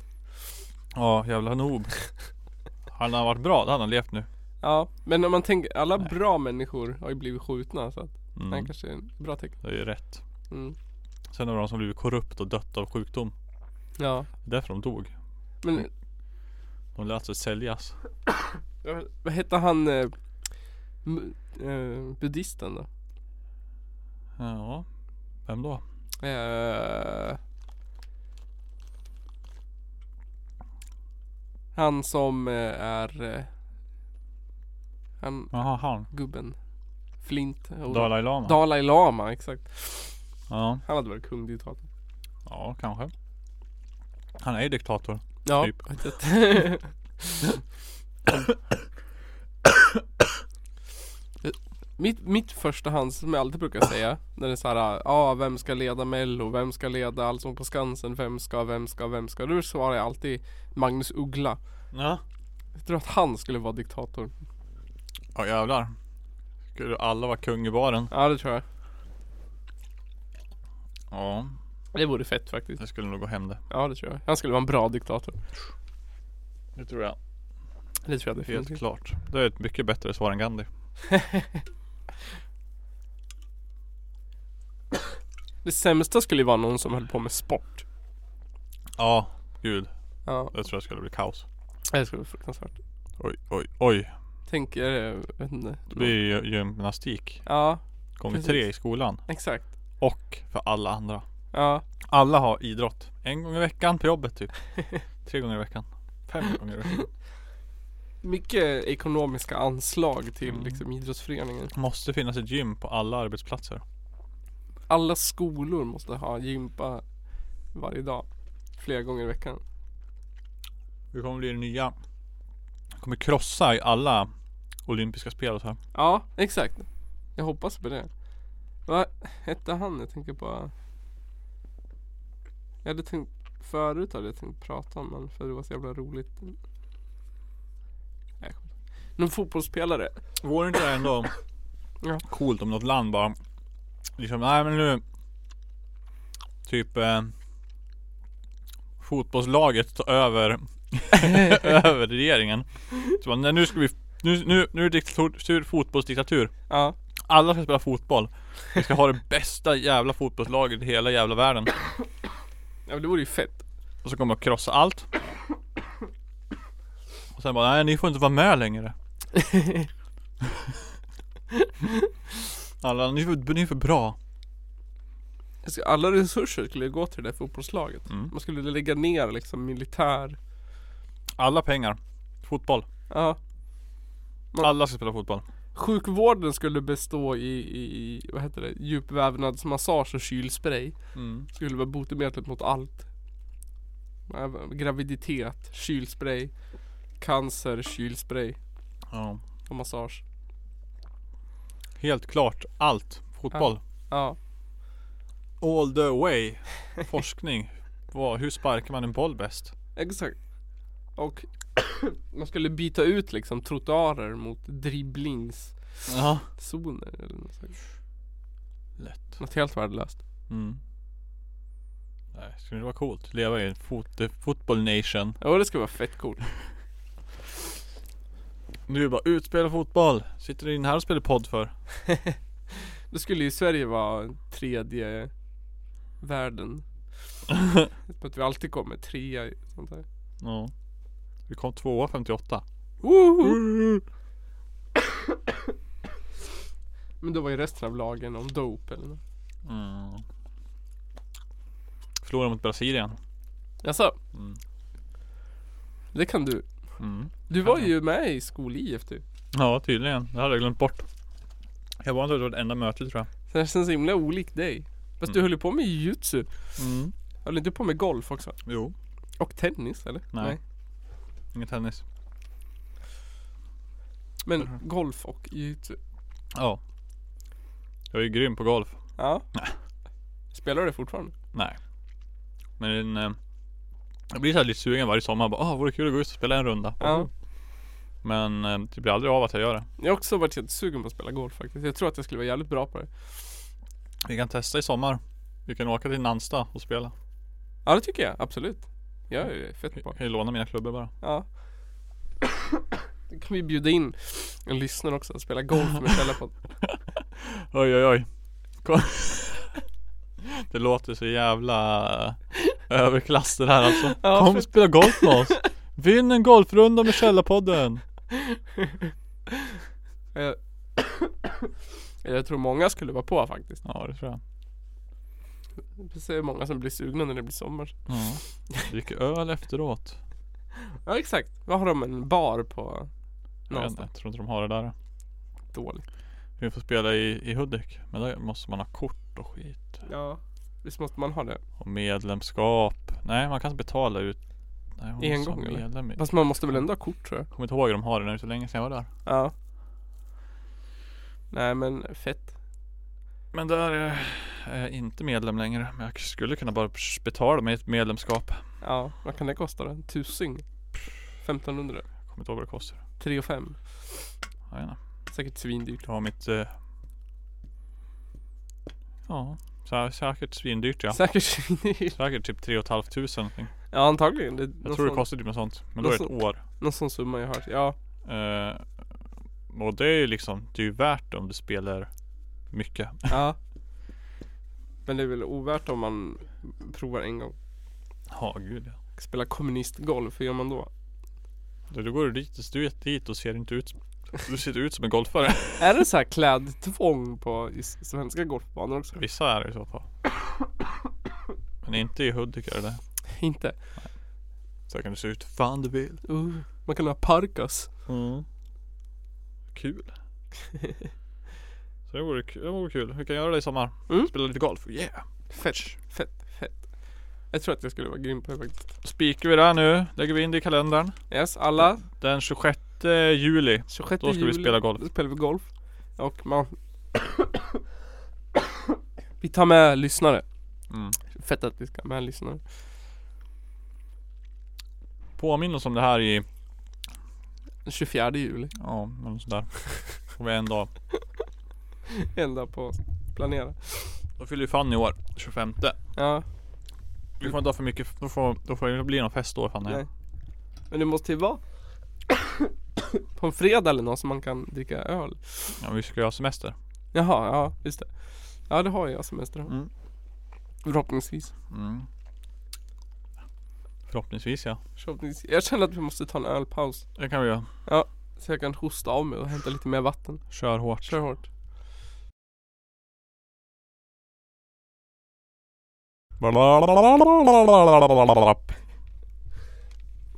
Speaker 2: Ja, jävla
Speaker 1: [LAUGHS]
Speaker 2: nob. Hade han varit bra, då hade han levt nu.
Speaker 1: Ja, men om man tänker, alla
Speaker 2: Nej.
Speaker 1: bra människor har ju blivit skjutna så att det här
Speaker 2: Mm,
Speaker 1: kanske är ett bra tecken.
Speaker 2: det är ju rätt.
Speaker 1: Mm.
Speaker 2: Sen har vi de som blivit korrupt och dött av sjukdom.
Speaker 1: Ja,
Speaker 2: Det är därför de dog.
Speaker 1: men
Speaker 2: De lät sig säljas.
Speaker 1: eh, vad hette han eh, m- eh, buddhisten då?
Speaker 2: Ja, vem då?
Speaker 1: Eh, han som eh, är eh, han,
Speaker 2: Jaha, han.
Speaker 1: gubben. Flint. och-
Speaker 2: Dalai Lama.
Speaker 1: Dalai Lama, exakt.
Speaker 2: ja,
Speaker 1: Han hade varit kung diktator.
Speaker 2: ja, kanske. Han är ju diktator.
Speaker 1: Ja.
Speaker 2: Typ.
Speaker 1: exakt. mitt, mitt första hand som jag alltid brukar säga. När det är såhär, ja ah, vem ska leda mello? Vem ska leda Allsång på Skansen? Vem ska, vem ska, vem ska? Då svarar jag alltid Magnus Uggla.
Speaker 2: Ja.
Speaker 1: Jag tror att han skulle vara diktator.
Speaker 2: Ja jävlar. Skulle alla vara kung i baren?
Speaker 1: Ja det tror jag.
Speaker 2: Ja.
Speaker 1: Det vore fett faktiskt.
Speaker 2: Det skulle nog gå hem det.
Speaker 1: Ja det tror jag. Han skulle vara en bra diktator.
Speaker 2: Det tror jag.
Speaker 1: Det tror jag definitivt.
Speaker 2: Helt klart. Det är ett mycket bättre svar än Gandhi.
Speaker 1: Det sämsta skulle ju vara någon som höll på med sport.
Speaker 2: Ja, gud.
Speaker 1: Ja,
Speaker 2: Jag tror det skulle bli kaos.
Speaker 1: det skulle vara fruktansvärt.
Speaker 2: Oj, oj, oj.
Speaker 1: Tänk er, eh, vet inte.
Speaker 2: Det blir ju gymnastik.
Speaker 1: Ja,
Speaker 2: Gånger
Speaker 1: Precis.
Speaker 2: tre i skolan.
Speaker 1: exakt.
Speaker 2: Och för alla andra.
Speaker 1: Ja,
Speaker 2: Alla har idrott. En gång i veckan på jobbet [LAUGHS] typ. Tre gånger i veckan. Fem gånger i veckan.
Speaker 1: mycket ekonomiska anslag till
Speaker 2: Mm.
Speaker 1: liksom idrottsföreningen.
Speaker 2: Måste finnas ett gym på alla arbetsplatser.
Speaker 1: Alla skolor måste ha gympa varje dag. Flera gånger i veckan.
Speaker 2: Det kommer bli det nya. Det kommer krossa i alla olympiska spel och så här.
Speaker 1: Ja, exakt. Jag hoppas på det. Vad hette han? Jag tänker på... Jag hade tänkt... Förut hade jag tänkt prata om honom för det var så jävla roligt. Nej, jag kommer inte ihåg. Någon fotbollsspelare.
Speaker 2: Vore inte det ändå
Speaker 1: Ja.
Speaker 2: coolt om något land bara liksom, nej men nu Typ eh, Fotbollslaget tar över Över regeringen Så bara, nej, nu ska vi Nu, nu, nu är det diktatur, fotbollsdiktatur
Speaker 1: Ja,
Speaker 2: Alla ska spela fotboll Vi ska ha det bästa jävla fotbollslaget i hela jävla världen
Speaker 1: ja men det vore ju fett.
Speaker 2: Och så kommer de krossa allt Och sen bara, nej ni får inte vara med längre Alla, ni är för, ni är för bra
Speaker 1: Jag ska- Alla resurser skulle ju gå till det där fotbollslaget.
Speaker 2: Mm.
Speaker 1: Man skulle lägga ner liksom militär.
Speaker 2: Alla pengar Fotboll
Speaker 1: Ja. Man-
Speaker 2: Alla ska spela fotboll
Speaker 1: Sjukvården skulle bestå i, i, i vad heter det, djupvävnadsmassage och kylspray.
Speaker 2: mm.
Speaker 1: Skulle vara botemedlet mot allt. Även Graviditet, kylspray, cancer, kylspray
Speaker 2: ja.
Speaker 1: och massage.
Speaker 2: Helt klart allt Fotboll
Speaker 1: Ja,
Speaker 2: All the way Forskning Vad, Hur sparkar man en boll bäst?
Speaker 1: exakt. Och [COUGHS] man skulle byta ut liksom trottoarer mot dribblingszoner
Speaker 2: Ja
Speaker 1: eller något, sånt.
Speaker 2: Lätt
Speaker 1: något helt värdelöst.
Speaker 2: mm. Nej, skulle det vara coolt? Leva i en fot, the football nation
Speaker 1: Ja, det skulle vara fett coolt.
Speaker 2: Nu bara utspela fotboll. Sitter du in här och spelar podd för?
Speaker 1: Då skulle ju Sverige vara tredje
Speaker 2: [LAUGHS]
Speaker 1: världen. För att vi alltid kommer trea i sånt där.
Speaker 2: Ja. Vi kom tvåa 58. [LAUGHS]
Speaker 1: Men då var ju resten av lagen om dope eller nåt.
Speaker 2: Mm. Förlorade mot Brasilien.
Speaker 1: Jaså?
Speaker 2: Mm.
Speaker 1: Det kan du.
Speaker 2: Mm.
Speaker 1: Du var ju med i skol-IF du.
Speaker 2: Ja tydligen. Det hade jag glömt bort. Jag var inte på det enda mötet tror jag.
Speaker 1: Så det känns så himla olikt dig. Fast du
Speaker 2: Mm.
Speaker 1: höll ju på med jujutsu.
Speaker 2: Mm.
Speaker 1: Höll inte du på med golf också?
Speaker 2: Jo.
Speaker 1: Och tennis eller?
Speaker 2: Nej. Ingen tennis.
Speaker 1: Men
Speaker 2: Mm.
Speaker 1: golf och jujutsu.
Speaker 2: Ja. Jag är ju grym på golf. [LAUGHS]
Speaker 1: Ja. Spelar du det fortfarande?
Speaker 2: Nej. Men eh, jag blir så här lite sugen varje sommar. Bara, ah, vore kul att gå ut och spela en runda.
Speaker 1: Ja.
Speaker 2: Men eh, det blir aldrig av att jag gör det.
Speaker 1: Jag har också varit helt sugen på att spela golf faktiskt. Jag tror att jag skulle vara jävligt bra på det.
Speaker 2: Vi kan testa i sommar. Vi kan åka till Nansta och spela.
Speaker 1: Ja det tycker jag, absolut. Jag är
Speaker 2: Mm.
Speaker 1: ju fett på.
Speaker 2: Jag kan ju låna mina klubbor bara.
Speaker 1: Ja. Då kan vi bjuda in en lyssnare också att spela golf med Källarpodden.
Speaker 2: [LAUGHS] Oj oj oj. Kom. [LAUGHS] Det låter så jävla eh, överklass det här alltså.
Speaker 1: Ja,
Speaker 2: Kom
Speaker 1: för-
Speaker 2: och spela golf med oss. Vinn en golfrunda med Källarpodden.
Speaker 1: Eh, [COUGHS] Jag tror många skulle vara på faktiskt.
Speaker 2: Ja det tror jag.
Speaker 1: Det är många som blir sugna när det blir sommar.
Speaker 2: Ja. Dricker öl efteråt.
Speaker 1: Ja exakt. Vad har de en bar på?
Speaker 2: Jag, vet inte,
Speaker 1: Någonstans.
Speaker 2: jag tror inte de har det där.
Speaker 1: Dåligt.
Speaker 2: Vi får spela i, i Hudik. Men där måste man ha kort och skit.
Speaker 1: Ja. Visst måste man ha det?
Speaker 2: Och medlemskap. Nej man kan inte betala ut. Nej, man måste
Speaker 1: Engång,
Speaker 2: ha
Speaker 1: eller?
Speaker 2: medlem. i-
Speaker 1: Fast man måste väl ändå ha kort tror jag.
Speaker 2: Kommer inte ihåg hur de har det nu så länge sedan jag var där.
Speaker 1: Ja. Nej men fett.
Speaker 2: Men där är jag inte medlem längre. Men jag skulle kunna bara betala med ett medlemskap.
Speaker 1: Ja. Vad kan det kosta då? En Tusing? 1500?
Speaker 2: Jag kommer inte ihåg vad det kostar.
Speaker 1: 3 5.
Speaker 2: Jag vet inte.
Speaker 1: Säkert svindyrt.
Speaker 2: Jag har mitt... Eh... Ja, Så här, säkert svindyrt ja.
Speaker 1: Säkert [LAUGHS] svindyrt.
Speaker 2: Säkert typ 3 500 någonting.
Speaker 1: Ja antagligen. Det,
Speaker 2: Jag tror det kostar typ något sånt. Men då är det ett år.
Speaker 1: någon sån summa jag har hört. Ja.
Speaker 2: Eh, och det är ju liksom, det är ju värt om du spelar mycket. [LAUGHS]
Speaker 1: ja. Men det är väl ovärt om man provar en gång.
Speaker 2: Ja gud ja.
Speaker 1: Spela kommunistgolf, hur gör man då?
Speaker 2: Då då går du dit, du är dit och ser inte ut Du ser ut som en [LAUGHS] golfare.
Speaker 1: Är det så här klädtvång på i s- svenska golfbanor också?
Speaker 2: Vissa är det i så fall. Men inte i Hudik är det det
Speaker 1: Inte?
Speaker 2: Så kan du se ut fan du vill.
Speaker 1: Uh, man kan ha parkas.
Speaker 2: Mm. [LAUGHS] Kul. Så det vore, ku- det vore kul. Vi kan göra det i sommar.
Speaker 1: Mm.
Speaker 2: Spela lite golf. Yeah.
Speaker 1: Fett, fett, fett. Jag tror att jag skulle vara grym på det faktiskt.
Speaker 2: Spikar vi det här nu. Lägger vi in det i kalendern.
Speaker 1: Yes, alla.
Speaker 2: Den 26 juli.
Speaker 1: 26
Speaker 2: Då ska vi
Speaker 1: juli.
Speaker 2: spela golf.
Speaker 1: Då spelar vi golf. Och man... vi tar med lyssnare.
Speaker 2: Mm.
Speaker 1: Fett att vi ska ha med lyssnare.
Speaker 2: Påminn oss om det här i,
Speaker 1: 24 juli.
Speaker 2: ja,
Speaker 1: [LAUGHS]
Speaker 2: något sånt där. Om en dag.
Speaker 1: Ända på planera.
Speaker 2: Då fyller ju Fanny år. 25.
Speaker 1: Ja,
Speaker 2: Vi får inte ha för mycket. Då får, då får det bli någon fest då Fanny.
Speaker 1: nej. Men det måste ju vara [COUGHS] på en fredag eller något som man kan dricka öl.
Speaker 2: Ja, vi ska ju ha semester.
Speaker 1: Jaha, ja just det. Ja det har jag semester.
Speaker 2: Mm.
Speaker 1: Förhoppningsvis.
Speaker 2: Mm. Förhoppningsvis ja.
Speaker 1: Förhoppningsvis. Jag känner att vi måste ta en ölpaus.
Speaker 2: Det kan vi göra.
Speaker 1: Så jag kan hosta av mig och hämta lite mer vatten.
Speaker 2: Kör hårt.
Speaker 1: Kör hårt.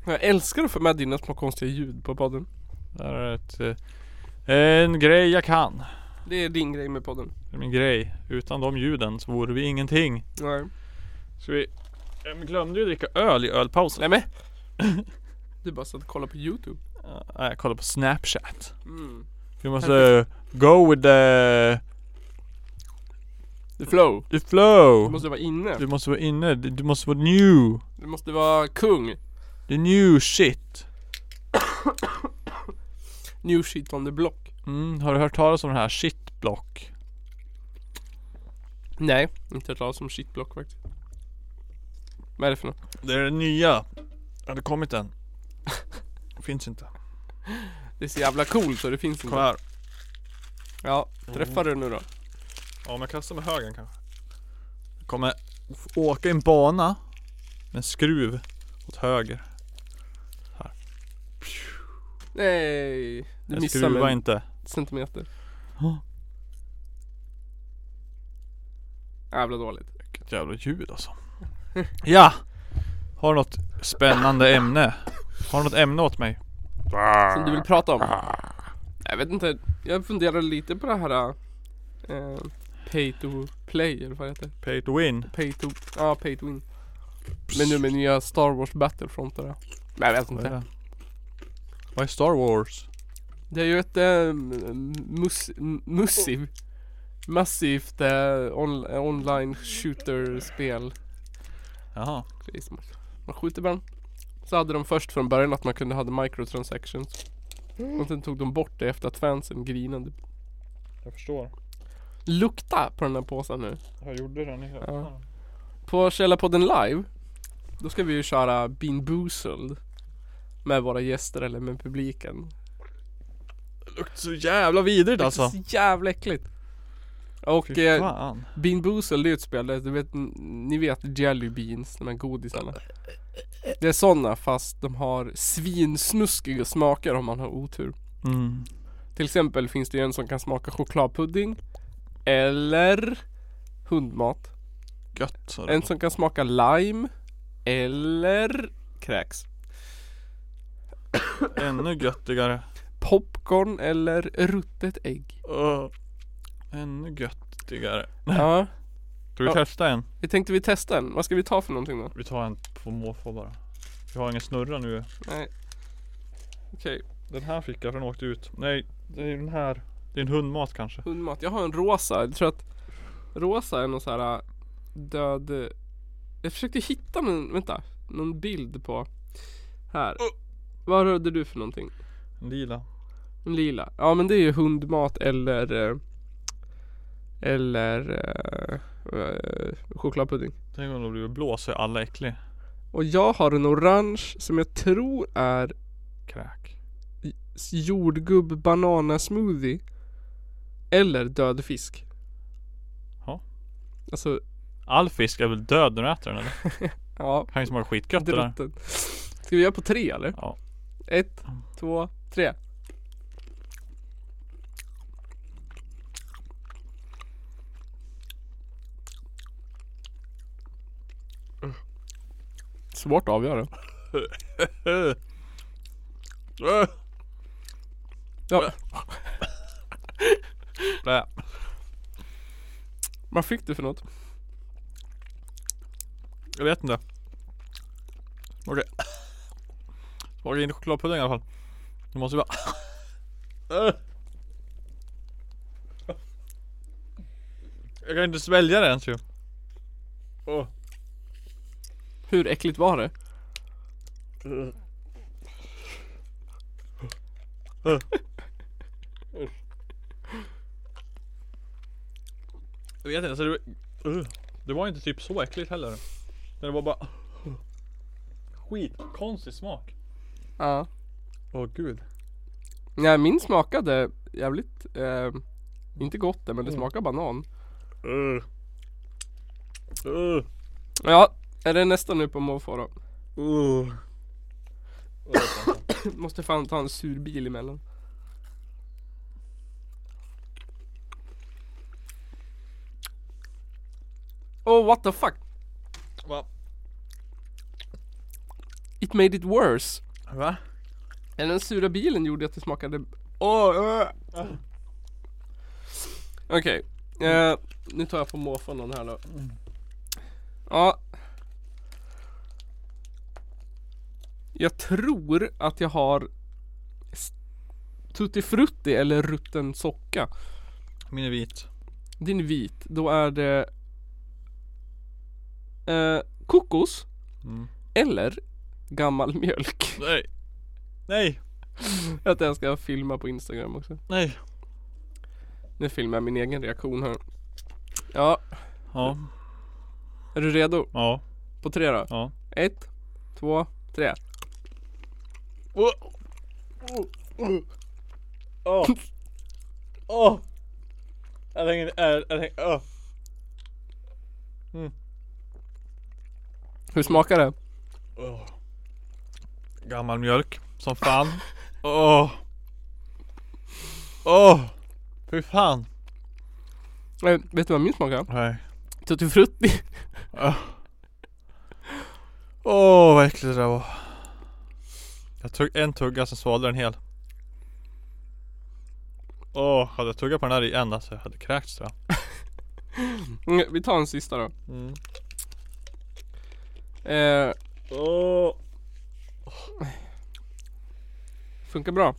Speaker 1: Jag älskar att få med dina små konstiga ljud på podden.
Speaker 2: Där är ett, eh, en grej jag kan.
Speaker 1: Det är din grej med podden.
Speaker 2: Det är min grej. Utan de ljuden så vore vi ingenting.
Speaker 1: Nej.
Speaker 2: Så vi eh, vi glömde ju dricka öl i ölpausen.
Speaker 1: Nej men. [CLEARS THROAT] Du bara satt och kollade på youtube.
Speaker 2: Eh, Nej, jag kollade på Snapchat.
Speaker 1: Mm.
Speaker 2: Vi måste eh, go with the,
Speaker 1: The flow.
Speaker 2: the
Speaker 1: Du
Speaker 2: flow.
Speaker 1: måste vara inne.
Speaker 2: Du måste vara inne. Du du måste vara new.
Speaker 1: Du måste vara kung.
Speaker 2: The new shit.
Speaker 1: New shit on the block.
Speaker 2: Mm, har du hört talas om den här shitblock?
Speaker 1: Nej, inte hört talas om shitblock faktiskt. Vad är det för något?
Speaker 2: Det är den nya. Har det kommit än? Finns inte.
Speaker 1: Det är så jävla coolt så det finns
Speaker 2: Kom
Speaker 1: inte.
Speaker 2: här.
Speaker 1: Ja, träffar du nu då?
Speaker 2: Ja men kasta med högen kanske. Jag kommer f- åka i en bana med en skruv åt höger.
Speaker 1: Nej, du
Speaker 2: Jag
Speaker 1: missar
Speaker 2: skruvar
Speaker 1: med en
Speaker 2: inte.
Speaker 1: centimeter.
Speaker 2: Ja.
Speaker 1: Jävla dåligt.
Speaker 2: Vilket jävla
Speaker 1: [LAUGHS]
Speaker 2: ljud alltså. ja! Har du något spännande ämne? Har du något ämne åt mig?
Speaker 1: Som du vill prata om? Jag vet inte, jag funderar lite på det här eh, Pay to play eller vad det heter.
Speaker 2: Pay to win.
Speaker 1: Pay to, ja pay to win. Men nu med nya Star Wars Battlefront och det. Nej jag vet
Speaker 2: Vad
Speaker 1: inte.
Speaker 2: är det? Vad är Star Wars?
Speaker 1: Det är ju ett eh, mus, m- musiv, massivt eh, on, online shooter-spel.
Speaker 2: Jaha.
Speaker 1: Det är som att Man skjuter varandra. Så hade de först från början att man kunde ha microtransactions. Och sen tog de bort det efter att fansen grinade.
Speaker 2: Jag förstår.
Speaker 1: Lukta på den här påsen nu.
Speaker 2: Jag gjorde den i
Speaker 1: Ja. På Källarpodden live Då ska vi ju köra Bean Boozled Med våra gäster eller med publiken
Speaker 2: Det luktar så jävla vidrigt
Speaker 1: Det är
Speaker 2: alltså.
Speaker 1: så jävla äckligt Och
Speaker 2: Fy
Speaker 1: eh,
Speaker 2: fan.
Speaker 1: Bean Boozled det är ju ett spel där, du vet, ni vet Jelly Beans, de här godisarna Det är sådana fast de har svinsnuskiga smaker om man har otur
Speaker 2: Mm.
Speaker 1: Till exempel finns det ju en som kan smaka chokladpudding Eller hundmat
Speaker 2: Gött. sa du.
Speaker 1: En som kan smaka lime eller kräks.
Speaker 2: Ännu göttigare.
Speaker 1: Popcorn eller ruttet
Speaker 2: [LAUGHS]
Speaker 1: ägg.
Speaker 2: Åh. Ännu göttigare.
Speaker 1: Ja,
Speaker 2: Ska vi
Speaker 1: Ja.
Speaker 2: testa en?
Speaker 1: vi tänkte vi testar en. Vad ska vi ta för någonting då?
Speaker 2: Vi tar en på måfå bara. Vi har ingen snurra nu.
Speaker 1: Nej. Okej,
Speaker 2: Den här fick jag för den åkte ut. Nej, det är ju den här. Det är en hundmat kanske.
Speaker 1: hundmat. Jag har en rosa. Jag tror att rosa är någon så här äh, död... Jag försökte hitta någon, vänta, någon bild på här. Vad rörde du för någonting?
Speaker 2: En lila.
Speaker 1: En lila. Ja men det är ju hundmat eller eh, äh, Eller eh, eh, chokladpudding.
Speaker 2: Tänk om de blir blå så är alla äckliga.
Speaker 1: Och jag har en orange som jag tror är
Speaker 2: Kräk.
Speaker 1: jordgubb bananasmoothie. Eller död fisk.
Speaker 2: Ja.
Speaker 1: Alltså,
Speaker 2: All fisk är väl död när du äter den eller?
Speaker 1: ja.
Speaker 2: Kan ju smaka skitgött det där.
Speaker 1: Drotten. Ska vi göra på tre eller?
Speaker 2: Ja.
Speaker 1: Ett, två, tre. Svårt att avgöra.
Speaker 2: Äh. Äh.
Speaker 1: Ja,
Speaker 2: Blä.
Speaker 1: vad fick du för något?
Speaker 2: Jag vet inte. Okej. Smakar inte chokladpudding i alla fall. Det måste ju vara... [LAUGHS] Äh. Jag kan inte svälja det ens ju. Åh.
Speaker 1: Hur äckligt var det?
Speaker 2: Jag vet inte, alltså det, uh, det var inte typ så äckligt heller. Men det var bara skitkonstig smak.
Speaker 1: Ja.
Speaker 2: Åh gud.
Speaker 1: Nej, min smakade jävligt, eh, inte gott det, men det
Speaker 2: Mm.
Speaker 1: smakade banan.
Speaker 2: Uh. Uh.
Speaker 1: Ja, är det nästa nu på måfå då?
Speaker 2: Uh.
Speaker 1: Måste fan ta en sur bil emellan. Oh what the fuck!
Speaker 2: Va?
Speaker 1: It made it worse.
Speaker 2: Va?
Speaker 1: Eller den sura bilen gjorde att det smakade... Åh! Oh, Okej. Eh, nu tar jag på måfå någon här då. Ja. Jag tror att jag har s- Tutti Frutti eller rutten socka.
Speaker 2: Min är vit.
Speaker 1: Din är vit. Då är det eh, kokos
Speaker 2: Mm.
Speaker 1: eller gammal mjölk. [LAUGHS]
Speaker 2: Nej. Nej.
Speaker 1: Att jag ska filma på Instagram också.
Speaker 2: Nej.
Speaker 1: Nu filmar jag min egen reaktion här. Ja,
Speaker 2: Ja.
Speaker 1: är du redo?
Speaker 2: Ja.
Speaker 1: På tre då?
Speaker 2: Ja.
Speaker 1: Ett, två, tre.
Speaker 2: Åh! Åh! Åh! Jag tänker, jag tänker, åh!
Speaker 1: Hur smakar det?
Speaker 2: Åh. Gammal mjölk som fan. [LAUGHS] Åh! Åh! Fy fan!
Speaker 1: Eh, vet du vad min smakar?
Speaker 2: Nej.
Speaker 1: Tutti frutti.
Speaker 2: Åh, Åh, vad äckligt det där var. Jag tog en tugga sen svalde jag den hel. Åh, hade jag tuggat på den här igen alltså jag hade kräkts tror jag.
Speaker 1: [LAUGHS] Mm, vi tar en sista då.
Speaker 2: Mm.
Speaker 1: Eh,
Speaker 2: Åh!
Speaker 1: funkar bra.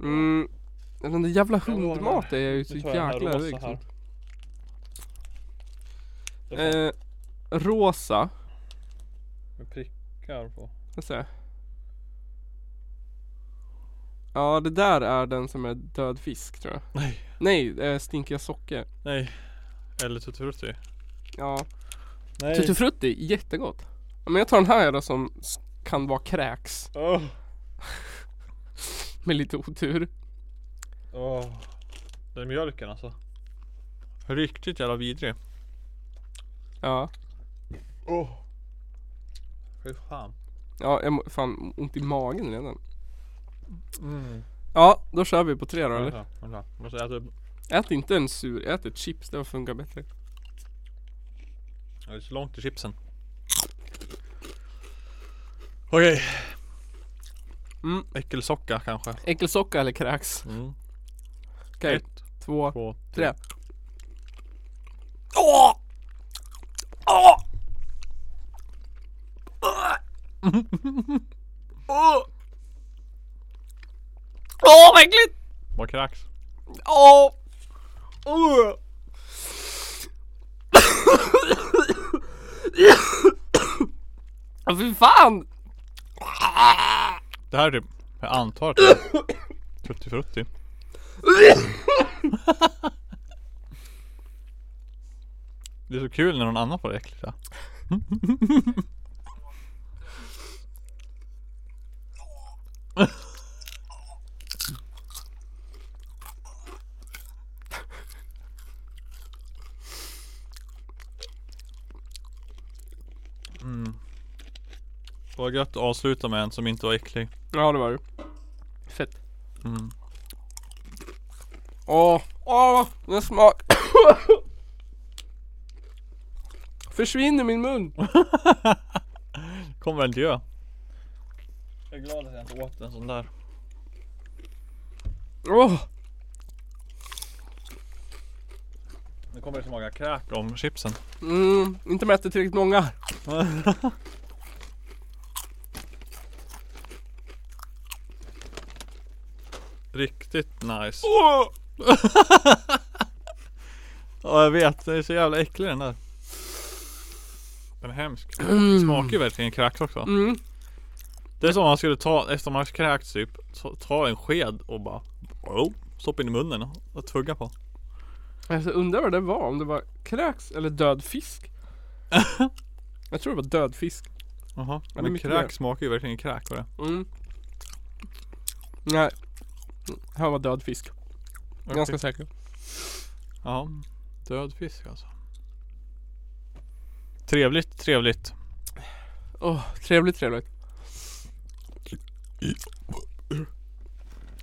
Speaker 1: Mm, den där jävla hundmaten är ju så
Speaker 2: Nu tar jag den
Speaker 1: jäkla
Speaker 2: här rosa
Speaker 1: liksom.
Speaker 2: här.
Speaker 1: Eh, rosa.
Speaker 2: Med prickar på.
Speaker 1: Ska se. Ja det där är den som är död fisk tror jag.
Speaker 2: Nej,
Speaker 1: Nej, eh, stinkiga socker.
Speaker 2: nej. Eller tutturutti.
Speaker 1: Ja.
Speaker 2: Nej.
Speaker 1: Tutti frutti, jättegott. Ja, Men jag tar den här då som s- kan vara kräks.
Speaker 2: Åh!
Speaker 1: Med lite otur.
Speaker 2: Åh. Den mjölken alltså. Riktigt jävla vidrig.
Speaker 1: Ja.
Speaker 2: Åh! Fy fan.
Speaker 1: Ja, jag må, fan ont i magen redan.
Speaker 2: Mm.
Speaker 1: Ja, då kör vi på tre då eller?
Speaker 2: Vänta, vänta. Måste äta upp.
Speaker 1: Ät inte en sur, ät ett chips. Det funkar bättre.
Speaker 2: Ja, Det är så långt till chipsen. Okej.
Speaker 1: Mm.
Speaker 2: Äckelsocka kanske.
Speaker 1: Äckelsocka eller kräks?
Speaker 2: Mm.
Speaker 1: Okej,
Speaker 2: Ett,
Speaker 1: två,
Speaker 2: två,
Speaker 1: tre.
Speaker 2: tre.
Speaker 1: Åh! Åh! Åh! Åh, vad äckligt!
Speaker 2: Var kräks.
Speaker 1: Åh! Åh! Ja, Fy fan!
Speaker 2: Det här är typ, jag antar att det är Tutti Frutti. Det är så kul när någon annan får det äckligt ja. Mm. Vad gött att avsluta med en som inte var äcklig.
Speaker 1: Ja det var det. Fett.
Speaker 2: Mm.
Speaker 1: Åh, åh, den smak. Försvinner min mun.
Speaker 2: Kommer väl dö. Jag är glad att jag inte åt en sån där.
Speaker 1: Åh,
Speaker 2: Nu kommer det så många kräk om chipsen.
Speaker 1: mm, inte om jag äter tillräckligt många.
Speaker 2: Riktigt nice.
Speaker 1: Åh,
Speaker 2: Ja jag vet, den är så jävla äcklig den där. Den är [CLEARS THROAT] hemsk. Smakar ju verkligen kräks också.
Speaker 1: Mm.
Speaker 2: Det är som om man skulle ta, efter man har kräkts typ, ta- ta en sked och bara oh, stoppa in i munnen och tugga på.
Speaker 1: Jag Alltså, undrar vad det var, om det var kräks eller död fisk. jag tror det var död fisk.
Speaker 2: Jaha,
Speaker 1: det är
Speaker 2: men
Speaker 1: mycket
Speaker 2: kräk
Speaker 1: mer.
Speaker 2: smakar ju verkligen kräk och det.
Speaker 1: Mm. Nej. Här var död fisk. Ganska säker.
Speaker 2: Ja, död fisk alltså. Trevligt, trevligt.
Speaker 1: Åh, trevligt trevligt.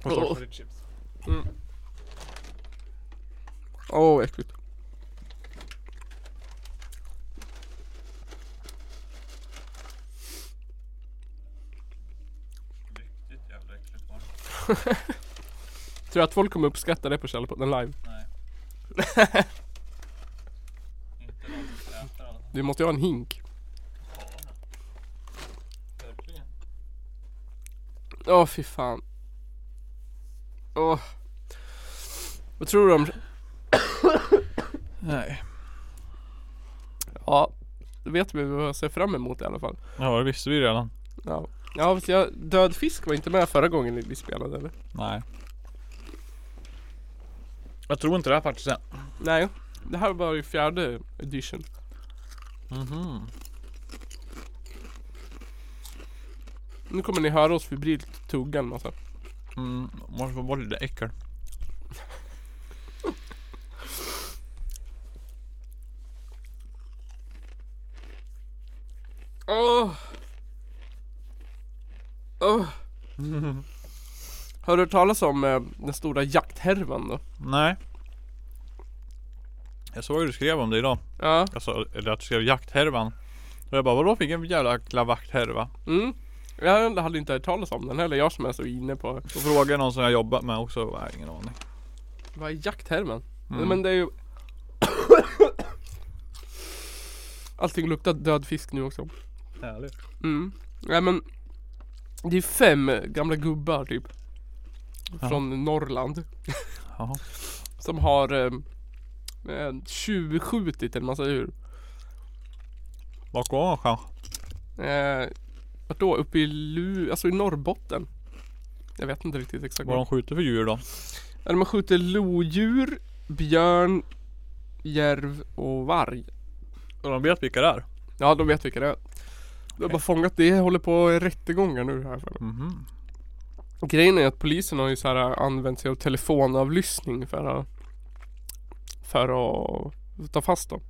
Speaker 2: Och tack
Speaker 1: Åh.
Speaker 2: för ditt chips.
Speaker 1: Åh, äckligt.
Speaker 2: Riktigt jävla äckligt var det.
Speaker 1: Tror jag att folk kommer uppskatta det på Källarpodden live? [LAUGHS]
Speaker 2: Inte någon som äter alla.
Speaker 1: Du måste ju ha en hink.
Speaker 2: Verkligen.
Speaker 1: Åh fy fan. Åh. Vad tror du om...
Speaker 2: Nej.
Speaker 1: Ja. Då vet vi vad jag ser fram emot i alla fall.
Speaker 2: Ja, det visste vi redan.
Speaker 1: Ja. Ja fast jag, död fisk var inte med förra gången vi spelade eller?
Speaker 2: Nej. Jag tror inte det här faktiskt än.
Speaker 1: Nej. Det här var ju fjärde edition.
Speaker 2: Mhm.
Speaker 1: Nu kommer ni höra oss febrilt tugga en massa.
Speaker 2: Mm, måste få bort lite äckel.
Speaker 1: Åh! Åh!
Speaker 2: Mhm.
Speaker 1: Har du hört talas om eh, den stora jakthärvan då?
Speaker 2: Nej. Jag såg att du skrev om det idag.
Speaker 1: Ja.
Speaker 2: Alltså, eller att du skrev jakthärvan. Och jag bara, vadå vilken jävla glavakthärva?
Speaker 1: Mm. Jag hade inte hört talas om den heller, jag som är så inne på
Speaker 2: Så frågade jag någon som jag jobbat med också. Jag har ingen aning.
Speaker 1: Vad är jakthärvan?
Speaker 2: Mm.
Speaker 1: Men det är ju Allting luktar död fisk nu också
Speaker 2: Härligt.
Speaker 1: Mm. Nej men Det är fem gamla gubbar typ
Speaker 2: Ja.
Speaker 1: Från Norrland
Speaker 2: Jaha.
Speaker 1: Som har eh, eh, tjuvskjutit en massa djur
Speaker 2: Bakom oss kanske?
Speaker 1: eh, Vart då? Uppe i Lu... Alltså i Norrbotten Jag vet inte riktigt exakt
Speaker 2: Vad de skjuter för djur då?
Speaker 1: Eller man skjuter lodjur, björn, järv och varg.
Speaker 2: Och de vet vilka det är?
Speaker 1: Ja, de vet vilka det är. De har bara fångat det, håller på i rättegångar nu här för.
Speaker 2: Mhm.
Speaker 1: Grejen är att polisen har ju så här eh, använt sig av telefonavlyssning för att För att ta fast dem.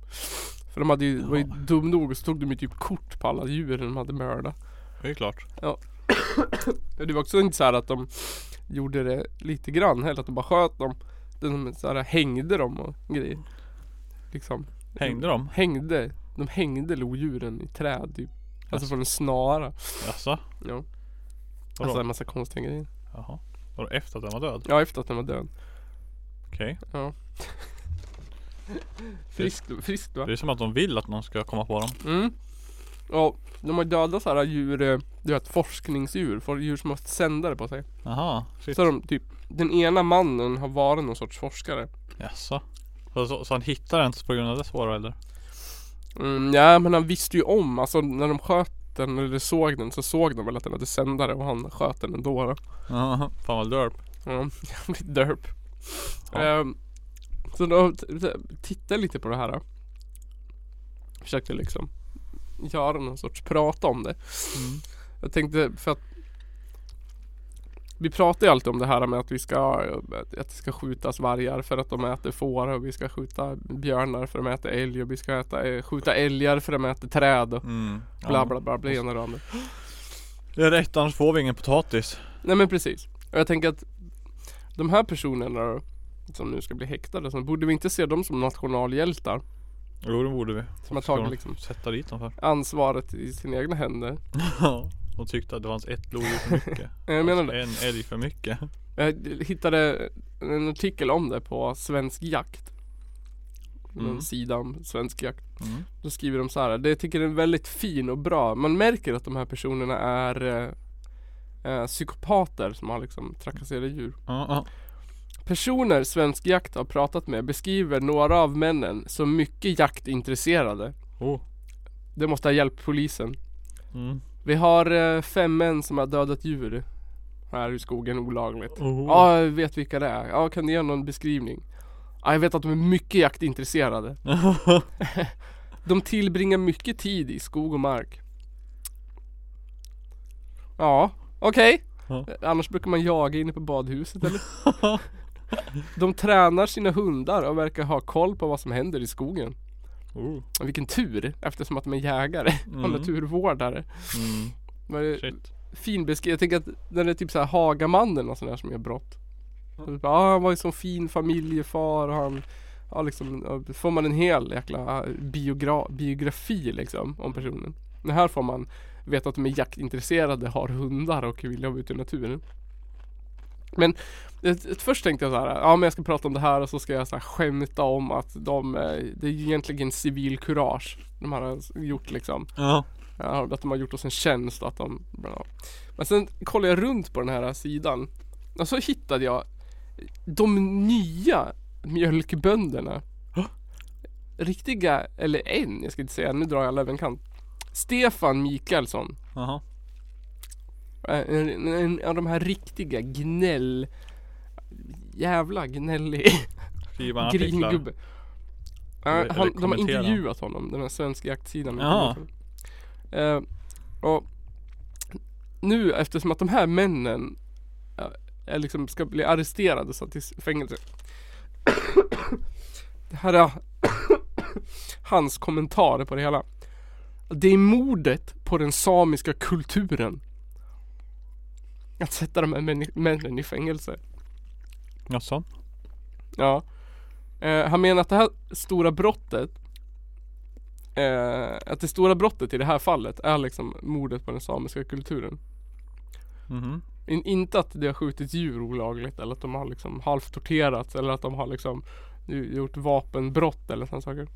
Speaker 1: För de hade ju, var ju
Speaker 2: Ja.
Speaker 1: dum nog och så tog de ju typ kort på alla djur de hade mördat.
Speaker 2: Det är klart.
Speaker 1: Ja, Det var också inte så här att de gjorde det lite grann heller, att de bara sköt dem. De så här hängde dem och grejer. Liksom.
Speaker 2: Hängde de?
Speaker 1: hängde, de hängde lodjuren i träd typ. Alltså från en snara.
Speaker 2: Jaså?
Speaker 1: Ja.
Speaker 2: Vadå?
Speaker 1: Alltså en massa konstiga grejer.
Speaker 2: Jaha. Vadå efter att den var död?
Speaker 1: Ja, efter att den var död.
Speaker 2: Okej.
Speaker 1: Ja. friskt, friskt va?
Speaker 2: Det är som att de vill att någon ska komma på dem.
Speaker 1: Mm. Ja, de har dödat sådana djur, eh, du vet forskningsdjur, för djur som har haft sändare på sig.
Speaker 2: Jaha. Shit.
Speaker 1: Så har de typ, den ena mannen har varit någon sorts forskare.
Speaker 2: Jaså? Så, så, så han hittar den på grund av det svåra eller?
Speaker 1: Mm, ja men han visste ju om, alltså när de sköt den eller såg den så såg de väl att den hade sändare och han sköt den ändå då.
Speaker 2: Jaha. Fan vad derp.
Speaker 1: Ja, [LAUGHS] jävligt derp.
Speaker 2: Ja.
Speaker 1: Ehm, så då t- t- tittade jag lite på det här. Försökte liksom göra någon sorts prata om det. Mm. Jag tänkte för att vi pratar ju alltid om det här med att vi ska, att det ska skjutas vargar för att de äter får och vi ska skjuta björnar för att de äter älg och vi ska äta, skjuta älgar för att de äter träd och
Speaker 2: Mm. Ja.
Speaker 1: bla bla bla, bla ena och det andra.
Speaker 2: Det är rätt, annars får vi ingen potatis.
Speaker 1: Nej men precis. Och jag tänker att de här personerna då, som nu ska bli häktade, så borde vi inte se dem som nationalhjältar?
Speaker 2: Jo det borde vi.
Speaker 1: Som har
Speaker 2: Ska de
Speaker 1: tagit liksom
Speaker 2: Sätta dit dem för.
Speaker 1: ansvaret i sina egna händer. Eh,
Speaker 2: Ja. Och tyckte att det fanns ett lodjur för mycket.
Speaker 1: [LAUGHS] Jag menar det.
Speaker 2: En älg för mycket.
Speaker 1: Jag hittade en artikel om det på Svensk Jakt.
Speaker 2: Mm.
Speaker 1: En sida om Svensk Jakt.
Speaker 2: Mm.
Speaker 1: Då skriver de så här. Det jag tycker är väldigt fin och bra. Man märker att de här personerna är eh, eh, psykopater som har liksom trakasserat djur.
Speaker 2: Ja, ja.
Speaker 1: Personer Svensk Jakt har pratat med beskriver några av männen som mycket jaktintresserade.
Speaker 2: Oh.
Speaker 1: Det måste ha hjälpt polisen.
Speaker 2: Mm.
Speaker 1: Vi har eh, fem män som har dödat djur här i skogen olagligt.
Speaker 2: Oh.
Speaker 1: Ja, jag vet vilka det är. Ja, kan du ge någon beskrivning? Ja, jag vet att de är mycket jaktintresserade.
Speaker 2: [LAUGHS]
Speaker 1: De tillbringar mycket tid i skog och mark. Ja, okej.
Speaker 2: Ja.
Speaker 1: Annars brukar man jaga inne på badhuset eller? De tränar sina hundar och verkar ha koll på vad som händer i skogen.
Speaker 2: oh.
Speaker 1: Vilken tur eftersom att de är jägare och
Speaker 2: Mm.
Speaker 1: naturvårdare.
Speaker 2: Mm.
Speaker 1: Men det-
Speaker 2: Shit.
Speaker 1: fin beskrivning. Jag tänker att den är typ så här Hagamannen och sådär som gör brott. Typ, ah, han var ju sån fin familjefar och han Ja liksom, ja, får man en hel jäkla eh, biogra biografi liksom om personen. Men här får man veta att de är jaktintresserade, har hundar och vill jobba ute i naturen. Men ett, ett, först tänkte jag så här, ja men jag ska prata om det här och så ska jag så här skämta om att de, eh, det är ju egentligen civil kurage. De har gjort liksom
Speaker 2: Ja.
Speaker 1: Ja, att de har gjort oss en tjänst att de, ja. Men sen kollade jag runt på den här sidan och så hittade jag de nya mjölkbönderna.
Speaker 2: Hå?
Speaker 1: Riktiga, eller en, jag ska inte säga, nu drar jag alla över en kant. Stefan Mikaelsson.
Speaker 2: Jaha.
Speaker 1: Eh, En, en, en av de här riktiga gnäll... Jävla gnällig
Speaker 2: Skriva en artiklar.
Speaker 1: Gringubbe. Ja,
Speaker 2: Eller
Speaker 1: han, de har
Speaker 2: kommentera.
Speaker 1: intervjuat honom, den här svenska jaktsidan.
Speaker 2: Jaha.
Speaker 1: Eh, och nu eftersom att de här männen eh, är liksom ska bli arresterade och satt i fängelse. [COUGHS] det här är [COUGHS] hans kommentarer på det hela. Det är mordet på den samiska kulturen. Att sätta de här männi- männen i fängelse.
Speaker 2: Jaså?
Speaker 1: Ja. Eh, han menar att det här stora brottet eh, Att det stora brottet i det här fallet är liksom mordet på den samiska kulturen.
Speaker 2: Mhm.
Speaker 1: In, inte att det har skjutits djur olagligt eller att de har liksom halvt torterats eller att de har liksom ju- gjort vapenbrott eller sådana saker.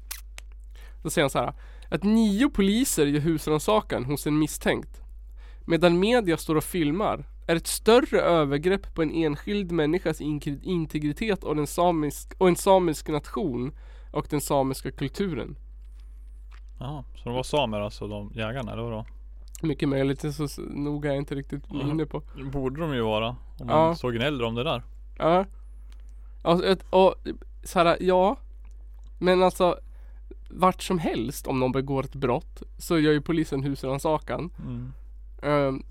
Speaker 1: Då säger han så här. Att nio poliser gör husrannsakan hos en misstänkt. Medan media står och filmar är ett större övergrepp på en enskild människas inkri- integritet och, den samisk, och en samisk nation och den samiska kulturen.
Speaker 2: Jaha. Så de var samer alltså, de jägarna eller vadå?
Speaker 1: Mycket möjligt, så så noga är jag inte riktigt
Speaker 2: Mhm.
Speaker 1: inne på.
Speaker 2: Det borde de ju vara. Om
Speaker 1: Ja.
Speaker 2: man så gnäller om det där.
Speaker 1: Ja. Alltså, ett, och så här, ja. Men alltså vart som helst om någon begår ett brott så gör ju polisen husrannsakan.
Speaker 2: Mm.
Speaker 1: Ehm,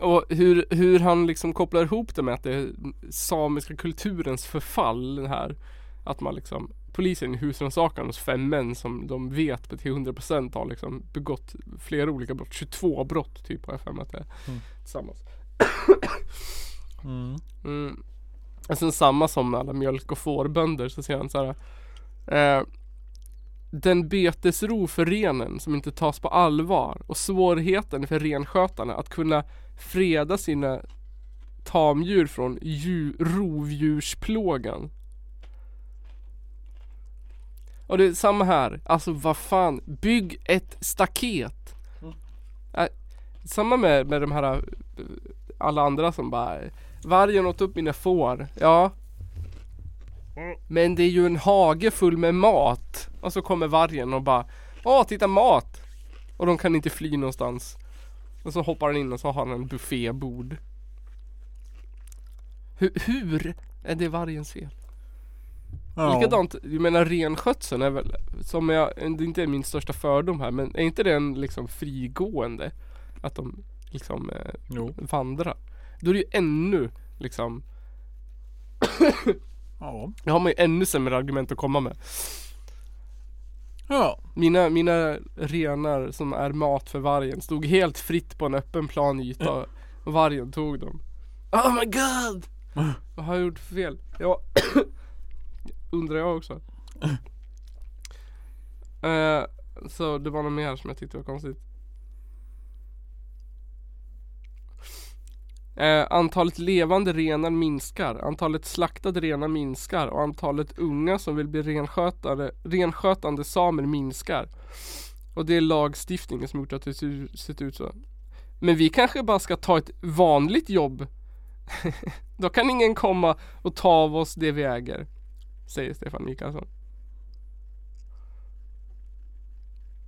Speaker 1: och hur, hur han liksom kopplar ihop det med att det är samiska kulturens förfall det här. Att man liksom Polisen i husrannsakan hos fem män som de vet på till 100% har liksom begått flera olika brott. 22 brott typ har jag för mig att det är.
Speaker 2: Mm.
Speaker 1: Tillsammans.
Speaker 2: Mm.
Speaker 1: Mm. Och sen samma som med alla mjölk och fårbönder så säger han så här. Eh, den betesro för renen som inte tas på allvar och svårigheten för renskötarna att kunna freda sina tamdjur från djur, rovdjursplågan. Och det är samma här. Alltså vad fan. Bygg ett staket.
Speaker 2: Mm.
Speaker 1: Eh, samma med, med de här eh, alla andra som bara Vargen åt upp mina får. Ja. Men det är ju en hage full med mat. Och så kommer vargen och bara Åh, titta mat! Och de kan inte fly någonstans. Och så hoppar den in och så har den en buffébord. Hur, hur är det vargens fel?
Speaker 2: Ja.
Speaker 1: Likadant, jag menar renskötseln är väl, som jag, det inte är min största fördom här, men är inte den liksom frigående? Att de liksom eh,
Speaker 2: Jo.
Speaker 1: vandrar. Då är det ju ännu liksom,
Speaker 2: Ja.
Speaker 1: då har man ju ännu sämre argument att komma med.
Speaker 2: Ja.
Speaker 1: Mina, mina renar som är mat för vargen stod helt fritt på en öppen plan yta och vargen tog dem. Oh my god! Vad har jag gjort för fel? Ja, [COUGHS] undrar jag också. Eh, så det var något mer som jag tyckte var konstigt. Eh, antalet levande renar minskar, antalet slaktade renar minskar och antalet unga som vill bli renskötare, renskötande samer minskar. Och det är lagstiftningen som gjort att det ser, sett ut så. Men vi kanske bara ska ta ett vanligt jobb. [LAUGHS] Då kan ingen komma och ta av oss det vi äger. Säger Stefan Mikaelsson.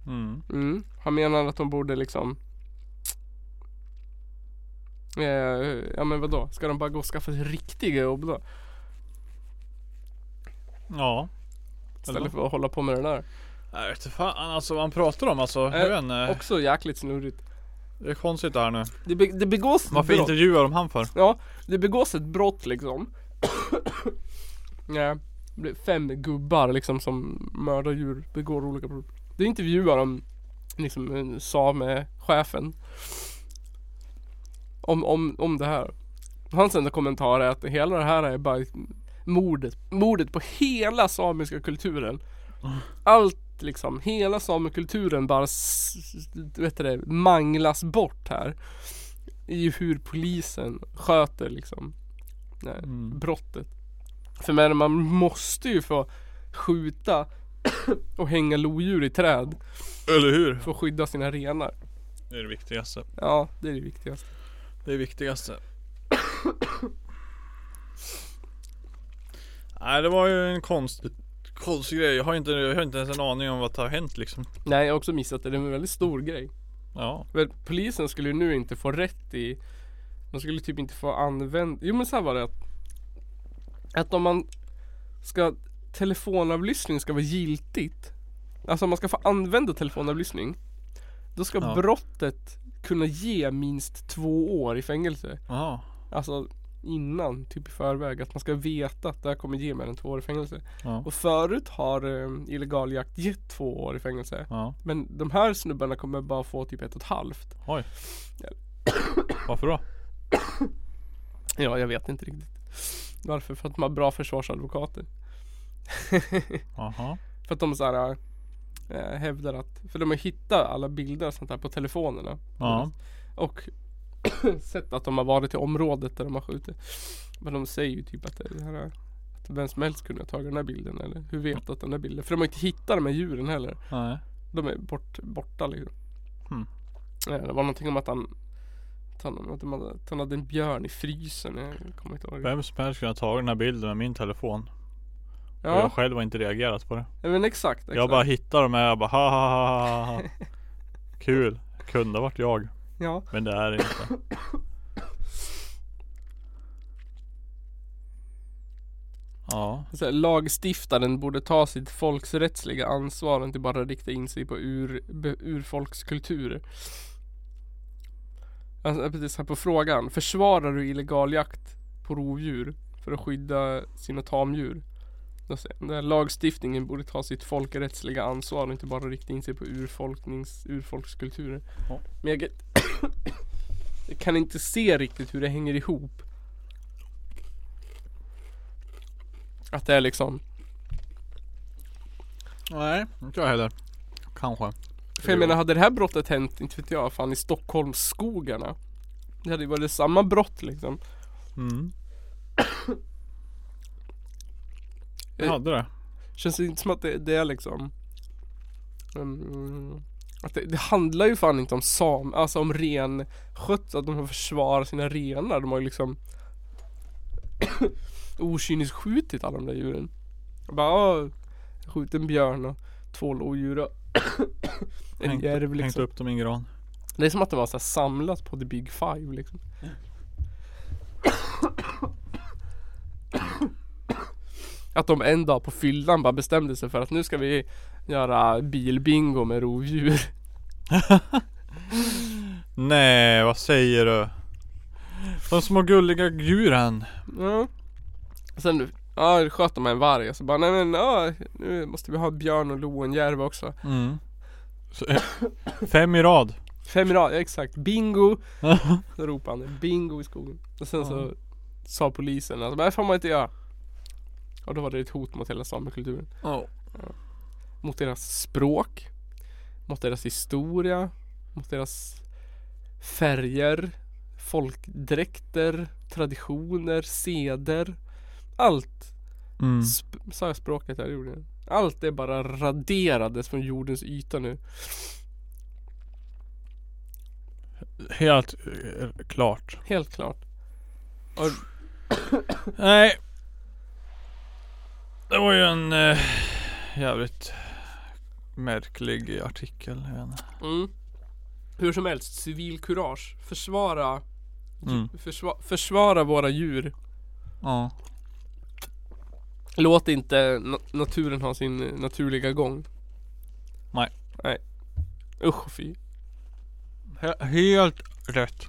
Speaker 2: Mm.
Speaker 1: Mm. Han menar att de borde liksom eh, Ja men vadå? Ska de bara gå och skaffa sig riktiga jobb då?
Speaker 2: Ja.
Speaker 1: Istället för att hålla på med det där.
Speaker 2: Jag vet inte fan alltså vad han pratar om alltså. Jag vet inte.
Speaker 1: Också jäkligt snurrigt.
Speaker 2: Det är konstigt det här nu.
Speaker 1: Det, be- det begås
Speaker 2: Varför
Speaker 1: brott.
Speaker 2: intervjuar de han för?
Speaker 1: Ja, det begås ett brott liksom. [COUGHS] Nej, det blir fem gubbar liksom som mördar djur, begår olika brott. Det intervjuar de liksom eh, samechefen. Om, om, om det här. Hans enda kommentar är att hela det här är bara mordet. Mordet på hela samiska kulturen. Allt liksom, hela samekulturen bara s- s- vet du det, manglas bort här i hur polisen sköter liksom eh,
Speaker 2: Mm.
Speaker 1: brottet. För men man måste ju få skjuta [CLEARS THROAT] och hänga lodjur i träd
Speaker 2: Eller hur?
Speaker 1: för att skydda sina renar.
Speaker 2: Det är det viktigaste.
Speaker 1: Ja, det är det viktigaste.
Speaker 2: Det är viktigaste. [COUGHS] Nej det var ju en konst, konstig grej. Jag har, inte, jag har inte ens en aning om vad som har hänt liksom.
Speaker 1: Nej, jag har också missat det. Det är en väldigt stor grej.
Speaker 2: Ja.
Speaker 1: För polisen skulle ju nu inte få rätt i De skulle typ inte få använda Jo men så här var det att Att om man Ska Telefonavlyssning ska vara giltigt Alltså om man ska få använda telefonavlyssning Då ska
Speaker 2: Ja.
Speaker 1: brottet kunna ge minst två år i fängelse
Speaker 2: Jaha.
Speaker 1: Alltså innan, typ i förväg Att man ska veta att det här kommer ge mer än två år i fängelse
Speaker 2: Ja.
Speaker 1: Och förut har eh, illegal jakt gett två år i fängelse
Speaker 2: Ja.
Speaker 1: Men de här snubbarna kommer bara få typ ett och ett halvt
Speaker 2: Oj. Varför då?
Speaker 1: Ja, jag vet inte riktigt. Varför? För att de har bra försvarsadvokater.
Speaker 2: Jaha.
Speaker 1: För att de så här, eh, hävdar att, för de har hittat alla bilder och sånt här på telefonerna.
Speaker 2: Ja.
Speaker 1: Och [CLEARS THROAT] sett att de har varit i området där de har skjutit. Men de säger ju typ att det här är- att vem som helst kunde ha tagit den här bilden eller hur vet du att den här bilden? För de har inte hittat de här djuren heller.
Speaker 2: Nej.
Speaker 1: De är bort, borta liksom.
Speaker 2: Hmm.
Speaker 1: Eh, Det var någonting om att han, att han, att de hade- att han hade en björn i frysen. Jag kommer inte ihåg.
Speaker 2: Vem som helst kunde ha tagit den här bilden med min telefon. Och
Speaker 1: Ja,
Speaker 2: jag själv har inte reagerat på det.
Speaker 1: ja, men exakt. exakt.
Speaker 2: Jag bara hittar dem här. Jag bara ha ha ha ha, ha. Kul. Kunde ha varit jag.
Speaker 1: Ja.
Speaker 2: Men det är det inte. Ja.
Speaker 1: Så här, lagstiftaren borde ta sitt folks rättsliga ansvar och inte bara rikta in sig på ur, be- urfolkskulturer. Alltså, precis här på frågan. Försvarar du illegal jakt på rovdjur för att skydda sina tamdjur? Då säger han, "Den här Lagstiftningen borde ta sitt folkrättsliga ansvar och inte bara rikta in sig på urfolknings, urfolkskulturer.
Speaker 2: Ja.
Speaker 1: Men jag, [COUGHS] jag kan inte se riktigt hur det hänger ihop. Att det är liksom
Speaker 2: Nej, inte jag heller. Kanske.
Speaker 1: För jag
Speaker 2: Jo.
Speaker 1: menar hade det här brottet hänt, inte vet jag, fan i Stockholmsskogarna Det hade ju varit samma brott liksom
Speaker 2: Mm. Jag hade det.
Speaker 1: Känns det inte som att det, det är liksom mm, att det, det handlar ju fan inte om sam, alltså om renskötsel, att de har försvarat sina renar De har ju liksom [COUGHS] okynnesskjutit alla de där djuren Jag bara, "Ah, jag skjuter en björn och två lodjur och [COUGHS] en
Speaker 2: Hängt,
Speaker 1: järv
Speaker 2: hängt
Speaker 1: liksom
Speaker 2: upp dem i en gran.
Speaker 1: Det är som att det var så här samlat på the big five liksom att de en dag på fyllan bara bestämde sig för att nu ska vi göra bilbingo med rovdjur.
Speaker 2: Nej, vad säger du? De små gulliga djuren.
Speaker 1: Ja. Sen ja, sköt de en varg och så bara nej men ja, nu måste vi ha björn och loenjärv också.
Speaker 2: Mm. Så, eh, fem i rad.
Speaker 1: Fem i rad, ja, exakt. Bingo! Så ropade han bingo i skogen. Och sen så sa polisen att det får man inte göra. Och då var det ett hot mot hela samekulturen.
Speaker 2: Ja.
Speaker 1: Mot deras språk. Mot deras historia. Mot deras färger. Folkdräkter. Traditioner. Seder. Allt.
Speaker 2: Mm.
Speaker 1: Sp- sa jag språket här? Det gjorde jag. Allt det bara raderades från jordens yta nu.
Speaker 2: Helt eh, klart.
Speaker 1: Helt klart.
Speaker 2: Nej. Det var ju en eh, jävligt märklig artikel. Jag vet inte.
Speaker 1: Mm. Hur som helst, civilkurage. Försvara,
Speaker 2: Mm.
Speaker 1: försva- försvara våra djur.
Speaker 2: Ja.
Speaker 1: Låt inte na- naturen ha sin eh, naturliga gång.
Speaker 2: Nej.
Speaker 1: Nej. Usch och fy.
Speaker 2: He- helt rätt.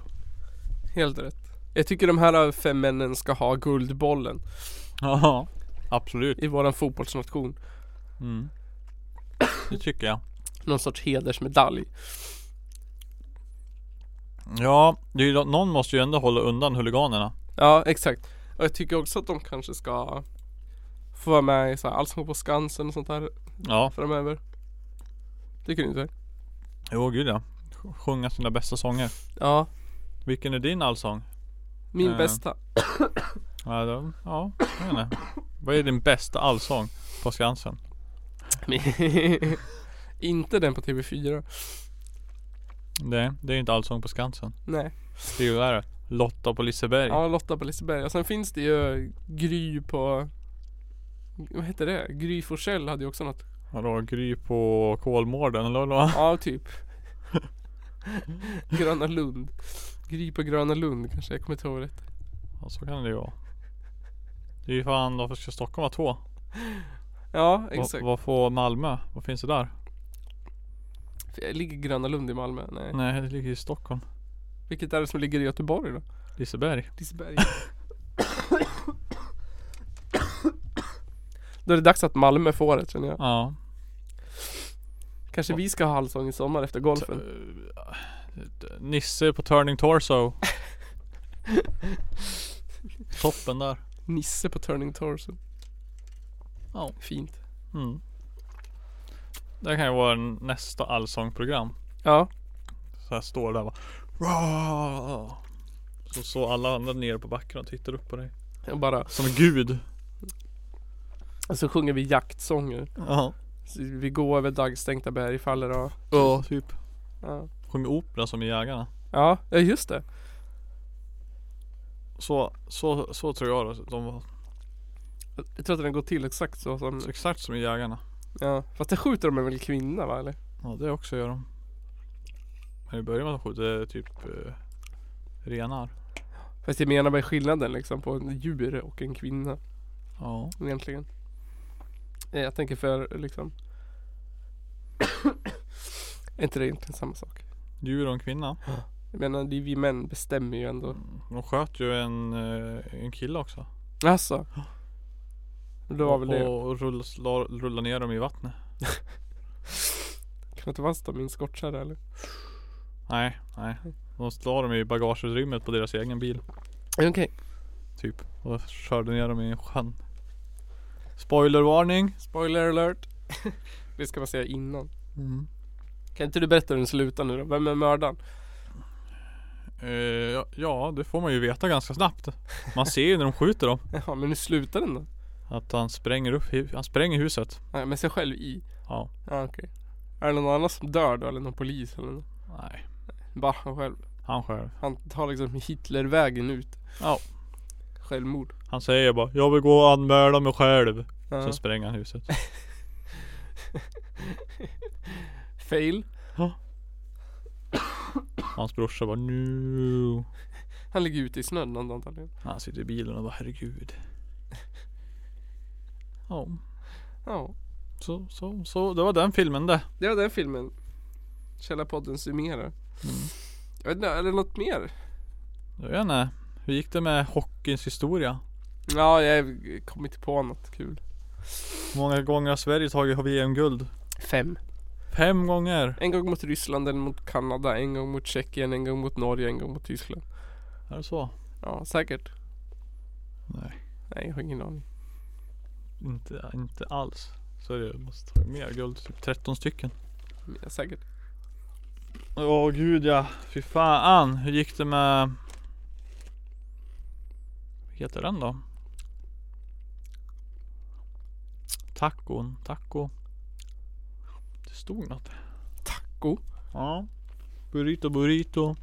Speaker 1: Helt rätt. Jag tycker de här fem männen ska ha guldbollen
Speaker 2: Ja. Absolut.
Speaker 1: i våran fotbollsnation.
Speaker 2: Mm. Det tycker jag.
Speaker 1: Någon sorts hedersmedalj.
Speaker 2: Ja, det är ju, någon måste ju ändå hålla undan huliganerna.
Speaker 1: Ja, exakt. Och jag tycker också att de kanske ska få vara med i så här Allsång på Skansen och sånt där
Speaker 2: Ja,
Speaker 1: framöver. Tycker du inte?
Speaker 2: jo gud ja. Sj- Sjunga sina bästa sånger.
Speaker 1: Ja,
Speaker 2: Vilken är din allsång?
Speaker 1: min
Speaker 2: Eh.
Speaker 1: bästa. [LAUGHS]
Speaker 2: Ja, det- ja jag vet inte. Vad är din bästa allsång på Skansen?
Speaker 1: Men- inte den på TV4.
Speaker 2: Det, det är inte allsång på Skansen.
Speaker 1: Nej.
Speaker 2: Det är ju där. Lotta på Liseberg.
Speaker 1: Ja, Lotta på Liseberg. Och sen finns det ju Gry på... Vad heter det? Gry Forssell hade ju också något.
Speaker 2: Vadå, Gry på Kolmården eller vadå?
Speaker 1: Ja, typ. Gröna Lund. Gry på Gröna Lund kanske. Jag kommer inte ihåg rätt.
Speaker 2: Ja, så kan det ju vara. Det är ju fan, varför ska Stockholm ha två?
Speaker 1: Ja,
Speaker 2: Va,
Speaker 1: exakt.
Speaker 2: vad får Malmö? Vad finns det där?
Speaker 1: Ligger Gröna Lund i Malmö? Nej.
Speaker 2: Nej, det ligger i Stockholm.
Speaker 1: Vilket är det som ligger i Göteborg då?
Speaker 2: Liseberg.
Speaker 1: Liseberg. [COUGHS] Då är det dags att Malmö får det känner jag.
Speaker 2: Ja.
Speaker 1: Kanske vi ska ha allsång i sommar efter golfen.
Speaker 2: Eh, Nisse på
Speaker 1: [LAUGHS]
Speaker 2: Turning Torso. Toppen där.
Speaker 1: Nisse på Turning Torso.
Speaker 2: Ja.
Speaker 1: Fint.
Speaker 2: Mm. Det kan ju vara nästa allsångprogram.
Speaker 1: Ja.
Speaker 2: Så här står det där bara. "Rah!" Så, så alla andra nere på backen och tittar upp på dig.
Speaker 1: Jag bara.
Speaker 2: Som en gud.
Speaker 1: Och så sjunger vi jaktsånger.
Speaker 2: Ja.
Speaker 1: Så Vi går över daggstänkta bergfaller och
Speaker 2: Ja, typ.
Speaker 1: ja.
Speaker 2: Sjunger opera som i Jägarna.
Speaker 1: ja. Ja just det.
Speaker 2: Så, så, så tror jag då. De var
Speaker 1: Jag tror att den går till exakt så som.
Speaker 2: så exakt som i Jägarna.
Speaker 1: Ja. Fast det skjuter de väl kvinna va eller?
Speaker 2: Ja det också gör de. Men i början var de skjuter typ eh, renar.
Speaker 1: Fast jag menar vad är skillnaden liksom på en djur och en kvinna
Speaker 2: Ja.
Speaker 1: egentligen. Eh, Jag tänker för liksom. [COUGHS] är inte det egentligen samma sak?
Speaker 2: Djur och en kvinna.
Speaker 1: Jag menar det är vi män bestämmer ju ändå.
Speaker 2: De sköt ju en, eh, en kille också.
Speaker 1: Alltså. Då var väl det.
Speaker 2: och och rull, la, rullade ner dem i vattnet.
Speaker 1: Kan inte vara min skottkärra eller?
Speaker 2: Nej, nej. De la dem i bagageutrymmet på deras egen bil.
Speaker 1: Okej.
Speaker 2: Typ. Och körde ner dem i sjön. Spoilervarning.
Speaker 1: Spoiler alert. [LAUGHS] det ska man säga innan. Kan inte du berätta hur den slutar nu då? Vem är mördaren? [LAUGHS]
Speaker 2: Eh, ja, ja, det får man ju veta ganska snabbt. Man ser ju när de skjuter dem.
Speaker 1: Ja men nu slutar den då?
Speaker 2: Att han spränger upp, hu- han spränger huset.
Speaker 1: Nej men sig själv i?
Speaker 2: Ja.
Speaker 1: Ja okej. Är det någon annan som dör då eller någon polis eller något?
Speaker 2: Nej.
Speaker 1: Bara han själv.
Speaker 2: Han själv.
Speaker 1: Han tar liksom Hitlervägen ut.
Speaker 2: Ja.
Speaker 1: Självmord.
Speaker 2: Han säger bara Jag vill gå och anmäla mig själv.
Speaker 1: Ja.
Speaker 2: Så spränger han huset.
Speaker 1: Fail.
Speaker 2: Hans brorsa bara nu.
Speaker 1: Han ligger ute i snön antagligen.
Speaker 2: Han sitter i bilen och bara herregud. Ja,
Speaker 1: Ja,
Speaker 2: så, så, så det var den filmen det.
Speaker 1: det var den filmen. Källarpodden summerar. Jag vet inte, är det något mer?
Speaker 2: Jag vet inte. Hur gick det med hockeyns historia?
Speaker 1: Ja, jag kom inte på något kul.
Speaker 2: Hur många gånger har Sverige tagit VM-guld?
Speaker 1: Fem.
Speaker 2: Fem gånger.
Speaker 1: En gång mot Ryssland, en mot Kanada, en gång mot Tjeckien, en gång mot Norge, en gång mot Tyskland.
Speaker 2: Är det så?
Speaker 1: Ja, säkert.
Speaker 2: Nej.
Speaker 1: Nej, jag har ingen aning.
Speaker 2: Inte, inte alls. Så det måste ta mer guld. Typ 13 stycken.
Speaker 1: Ja, säkert.
Speaker 2: Åh gud ja. Fy fan. Hur gick det med.. Vad heter den då? Tacon. Taco. Det stod något.
Speaker 1: Taco.
Speaker 2: Ja. Burrito burrito.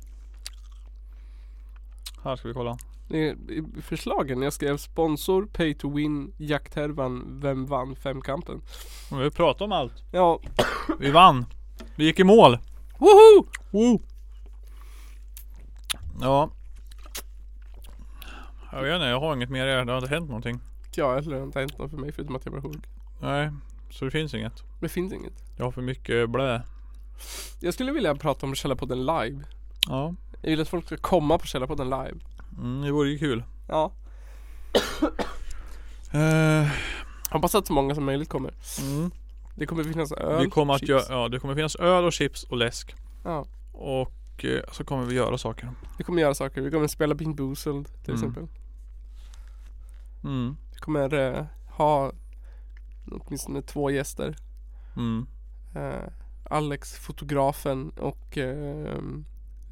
Speaker 2: Här ska vi kolla.
Speaker 1: Eh, I i förslagen, jag skrev sponsor, pay to win, jakthärvan, vem vann femkampen?
Speaker 2: Men Vi pratar om allt.
Speaker 1: Ja,
Speaker 2: Vi vann. Vi gick i mål.
Speaker 1: woho!
Speaker 2: Woo. Ja. Jag vet inte, jag har inget mer. Det har inte hänt någonting.
Speaker 1: Ja, eller det har inte hänt något för mig förutom att jag blev sjuk.
Speaker 2: Nej, så det finns inget.
Speaker 1: Det finns inget.
Speaker 2: Jag har för mycket blä.
Speaker 1: Jag skulle vilja prata om Källarpodden live.
Speaker 2: Ja,
Speaker 1: Jag vill att folk ska komma på Källarpodden live.
Speaker 2: mm, det vore ju kul.
Speaker 1: Ja.
Speaker 2: Eh,
Speaker 1: Hoppas att så många som möjligt kommer.
Speaker 2: mm.
Speaker 1: Det kommer finnas öl,
Speaker 2: vi kommer att
Speaker 1: chips.
Speaker 2: göra, ja, det kommer finnas öl och chips och läsk.
Speaker 1: Ja.
Speaker 2: Och eh, så kommer vi göra saker.
Speaker 1: Vi kommer göra saker. Vi kommer spela Bean Boozled till
Speaker 2: Mm.
Speaker 1: exempel.
Speaker 2: Mm.
Speaker 1: Vi kommer eh, ha åtminstone två gäster.
Speaker 2: Mm.
Speaker 1: Eh, Alex, fotografen och eh,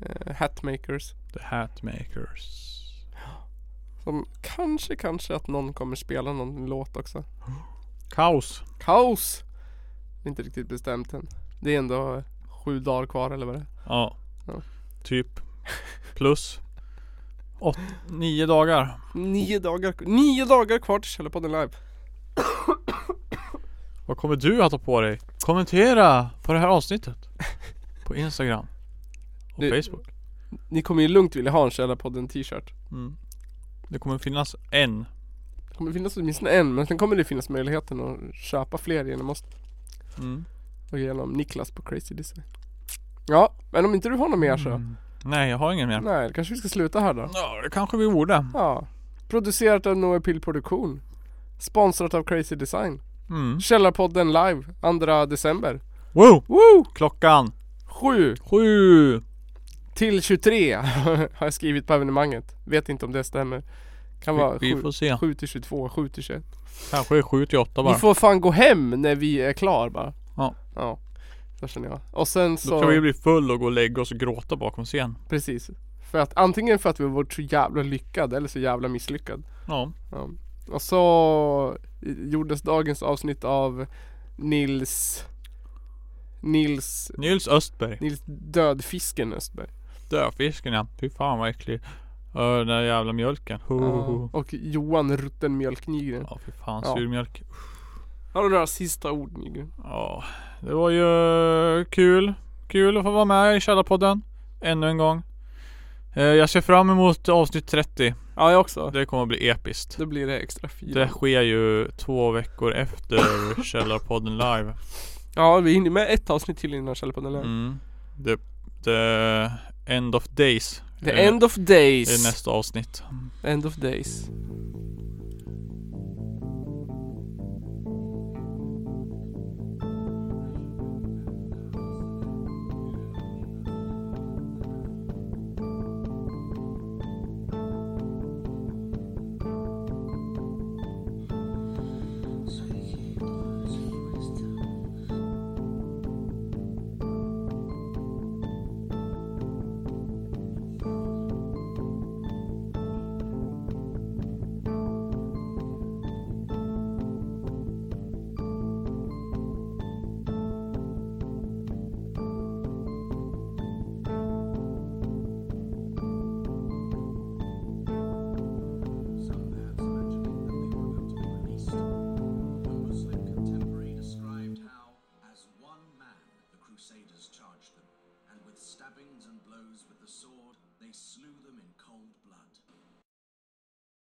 Speaker 1: eh, Hatmakers.
Speaker 2: The Hatmakers.
Speaker 1: Som kanske, kanske att någon kommer spela någon låt också.
Speaker 2: Kaos.
Speaker 1: Kaos! Det är inte riktigt bestämt än. Det är ändå eh, sju dagar kvar eller vad det är.
Speaker 2: Ja.
Speaker 1: Ja.
Speaker 2: Typ. Plus. Åt, nio dagar.
Speaker 1: Nio dagar, nio dagar kvar till Källarpodden live.
Speaker 2: Vad kommer du att ha på dig? Kommentera på det här avsnittet. På Instagram. Och
Speaker 1: Du-
Speaker 2: Facebook.
Speaker 1: Ni kommer ju lugnt vilja ha en Källarpodden t-shirt.
Speaker 2: Mm. Det kommer finnas en.
Speaker 1: Det kommer finnas åtminstone en, men sen kommer det finnas möjligheten att köpa fler genom oss
Speaker 2: Mm.
Speaker 1: och genom Niklas på Crazy Design. Ja, men om inte du har något mer så.
Speaker 2: Mm. Nej, jag har ingen mer.
Speaker 1: Nej, kanske vi ska sluta här då.
Speaker 2: Ja, det kanske vi borde.
Speaker 1: Ja. Producerat av Noah Pill Produktion. Sponsrat av Crazy Design.
Speaker 2: Mm.
Speaker 1: Källarpodden live 2 december.
Speaker 2: Wow!
Speaker 1: Woo!
Speaker 2: Klockan
Speaker 1: 7
Speaker 2: sju.
Speaker 1: till 23 [LAUGHS] har jag skrivit på evenemanget. Vet inte om det stämmer. Kan vara
Speaker 2: Vi, vi
Speaker 1: 7,
Speaker 2: får se.
Speaker 1: 7 till 22, 7 till 21.
Speaker 2: Kanske sju till åtta
Speaker 1: Ni
Speaker 2: bara.
Speaker 1: får fan gå hem när vi är klar bara.
Speaker 2: Ja.
Speaker 1: Ja. Så känner jag. Och sen
Speaker 2: Då ska vi
Speaker 1: så,
Speaker 2: bli full och gå och lägga oss och gråta bakom scen.
Speaker 1: precis. För att antingen för att vi har varit så jävla lyckad eller så jävla misslyckad.
Speaker 2: Ja.
Speaker 1: Ja. Och så gjordes dagens avsnitt av Nils Nils
Speaker 2: Nils Östberg.
Speaker 1: Nils Dödfisken Östberg.
Speaker 2: Döfisken ja. Fy fan vad äcklig. Ö, den där jävla mjölken. Ho, ho, ho.
Speaker 1: Och Johan Rutten Mjölknygren.
Speaker 2: Ja fy fan
Speaker 1: Ja.
Speaker 2: surmjölk.
Speaker 1: Har du några sista ord Nygren?
Speaker 2: Ja. Det var ju eh, kul. Kul att få vara med i Källarpodden. Ännu en gång. Eh, Jag ser fram emot avsnitt 30.
Speaker 1: Ja jag också.
Speaker 2: Det kommer att bli episkt.
Speaker 1: Då blir det extra fyra.
Speaker 2: Det sker ju två
Speaker 1: [LAUGHS]
Speaker 2: veckor efter Källarpodden live.
Speaker 1: Ja vi hinner med ett avsnitt till innan Källarpodden mm.
Speaker 2: Mm. The, the end of days.
Speaker 1: The
Speaker 2: Eh,
Speaker 1: end of
Speaker 2: Det är
Speaker 1: days.
Speaker 2: nästa avsnitt.
Speaker 1: End of days.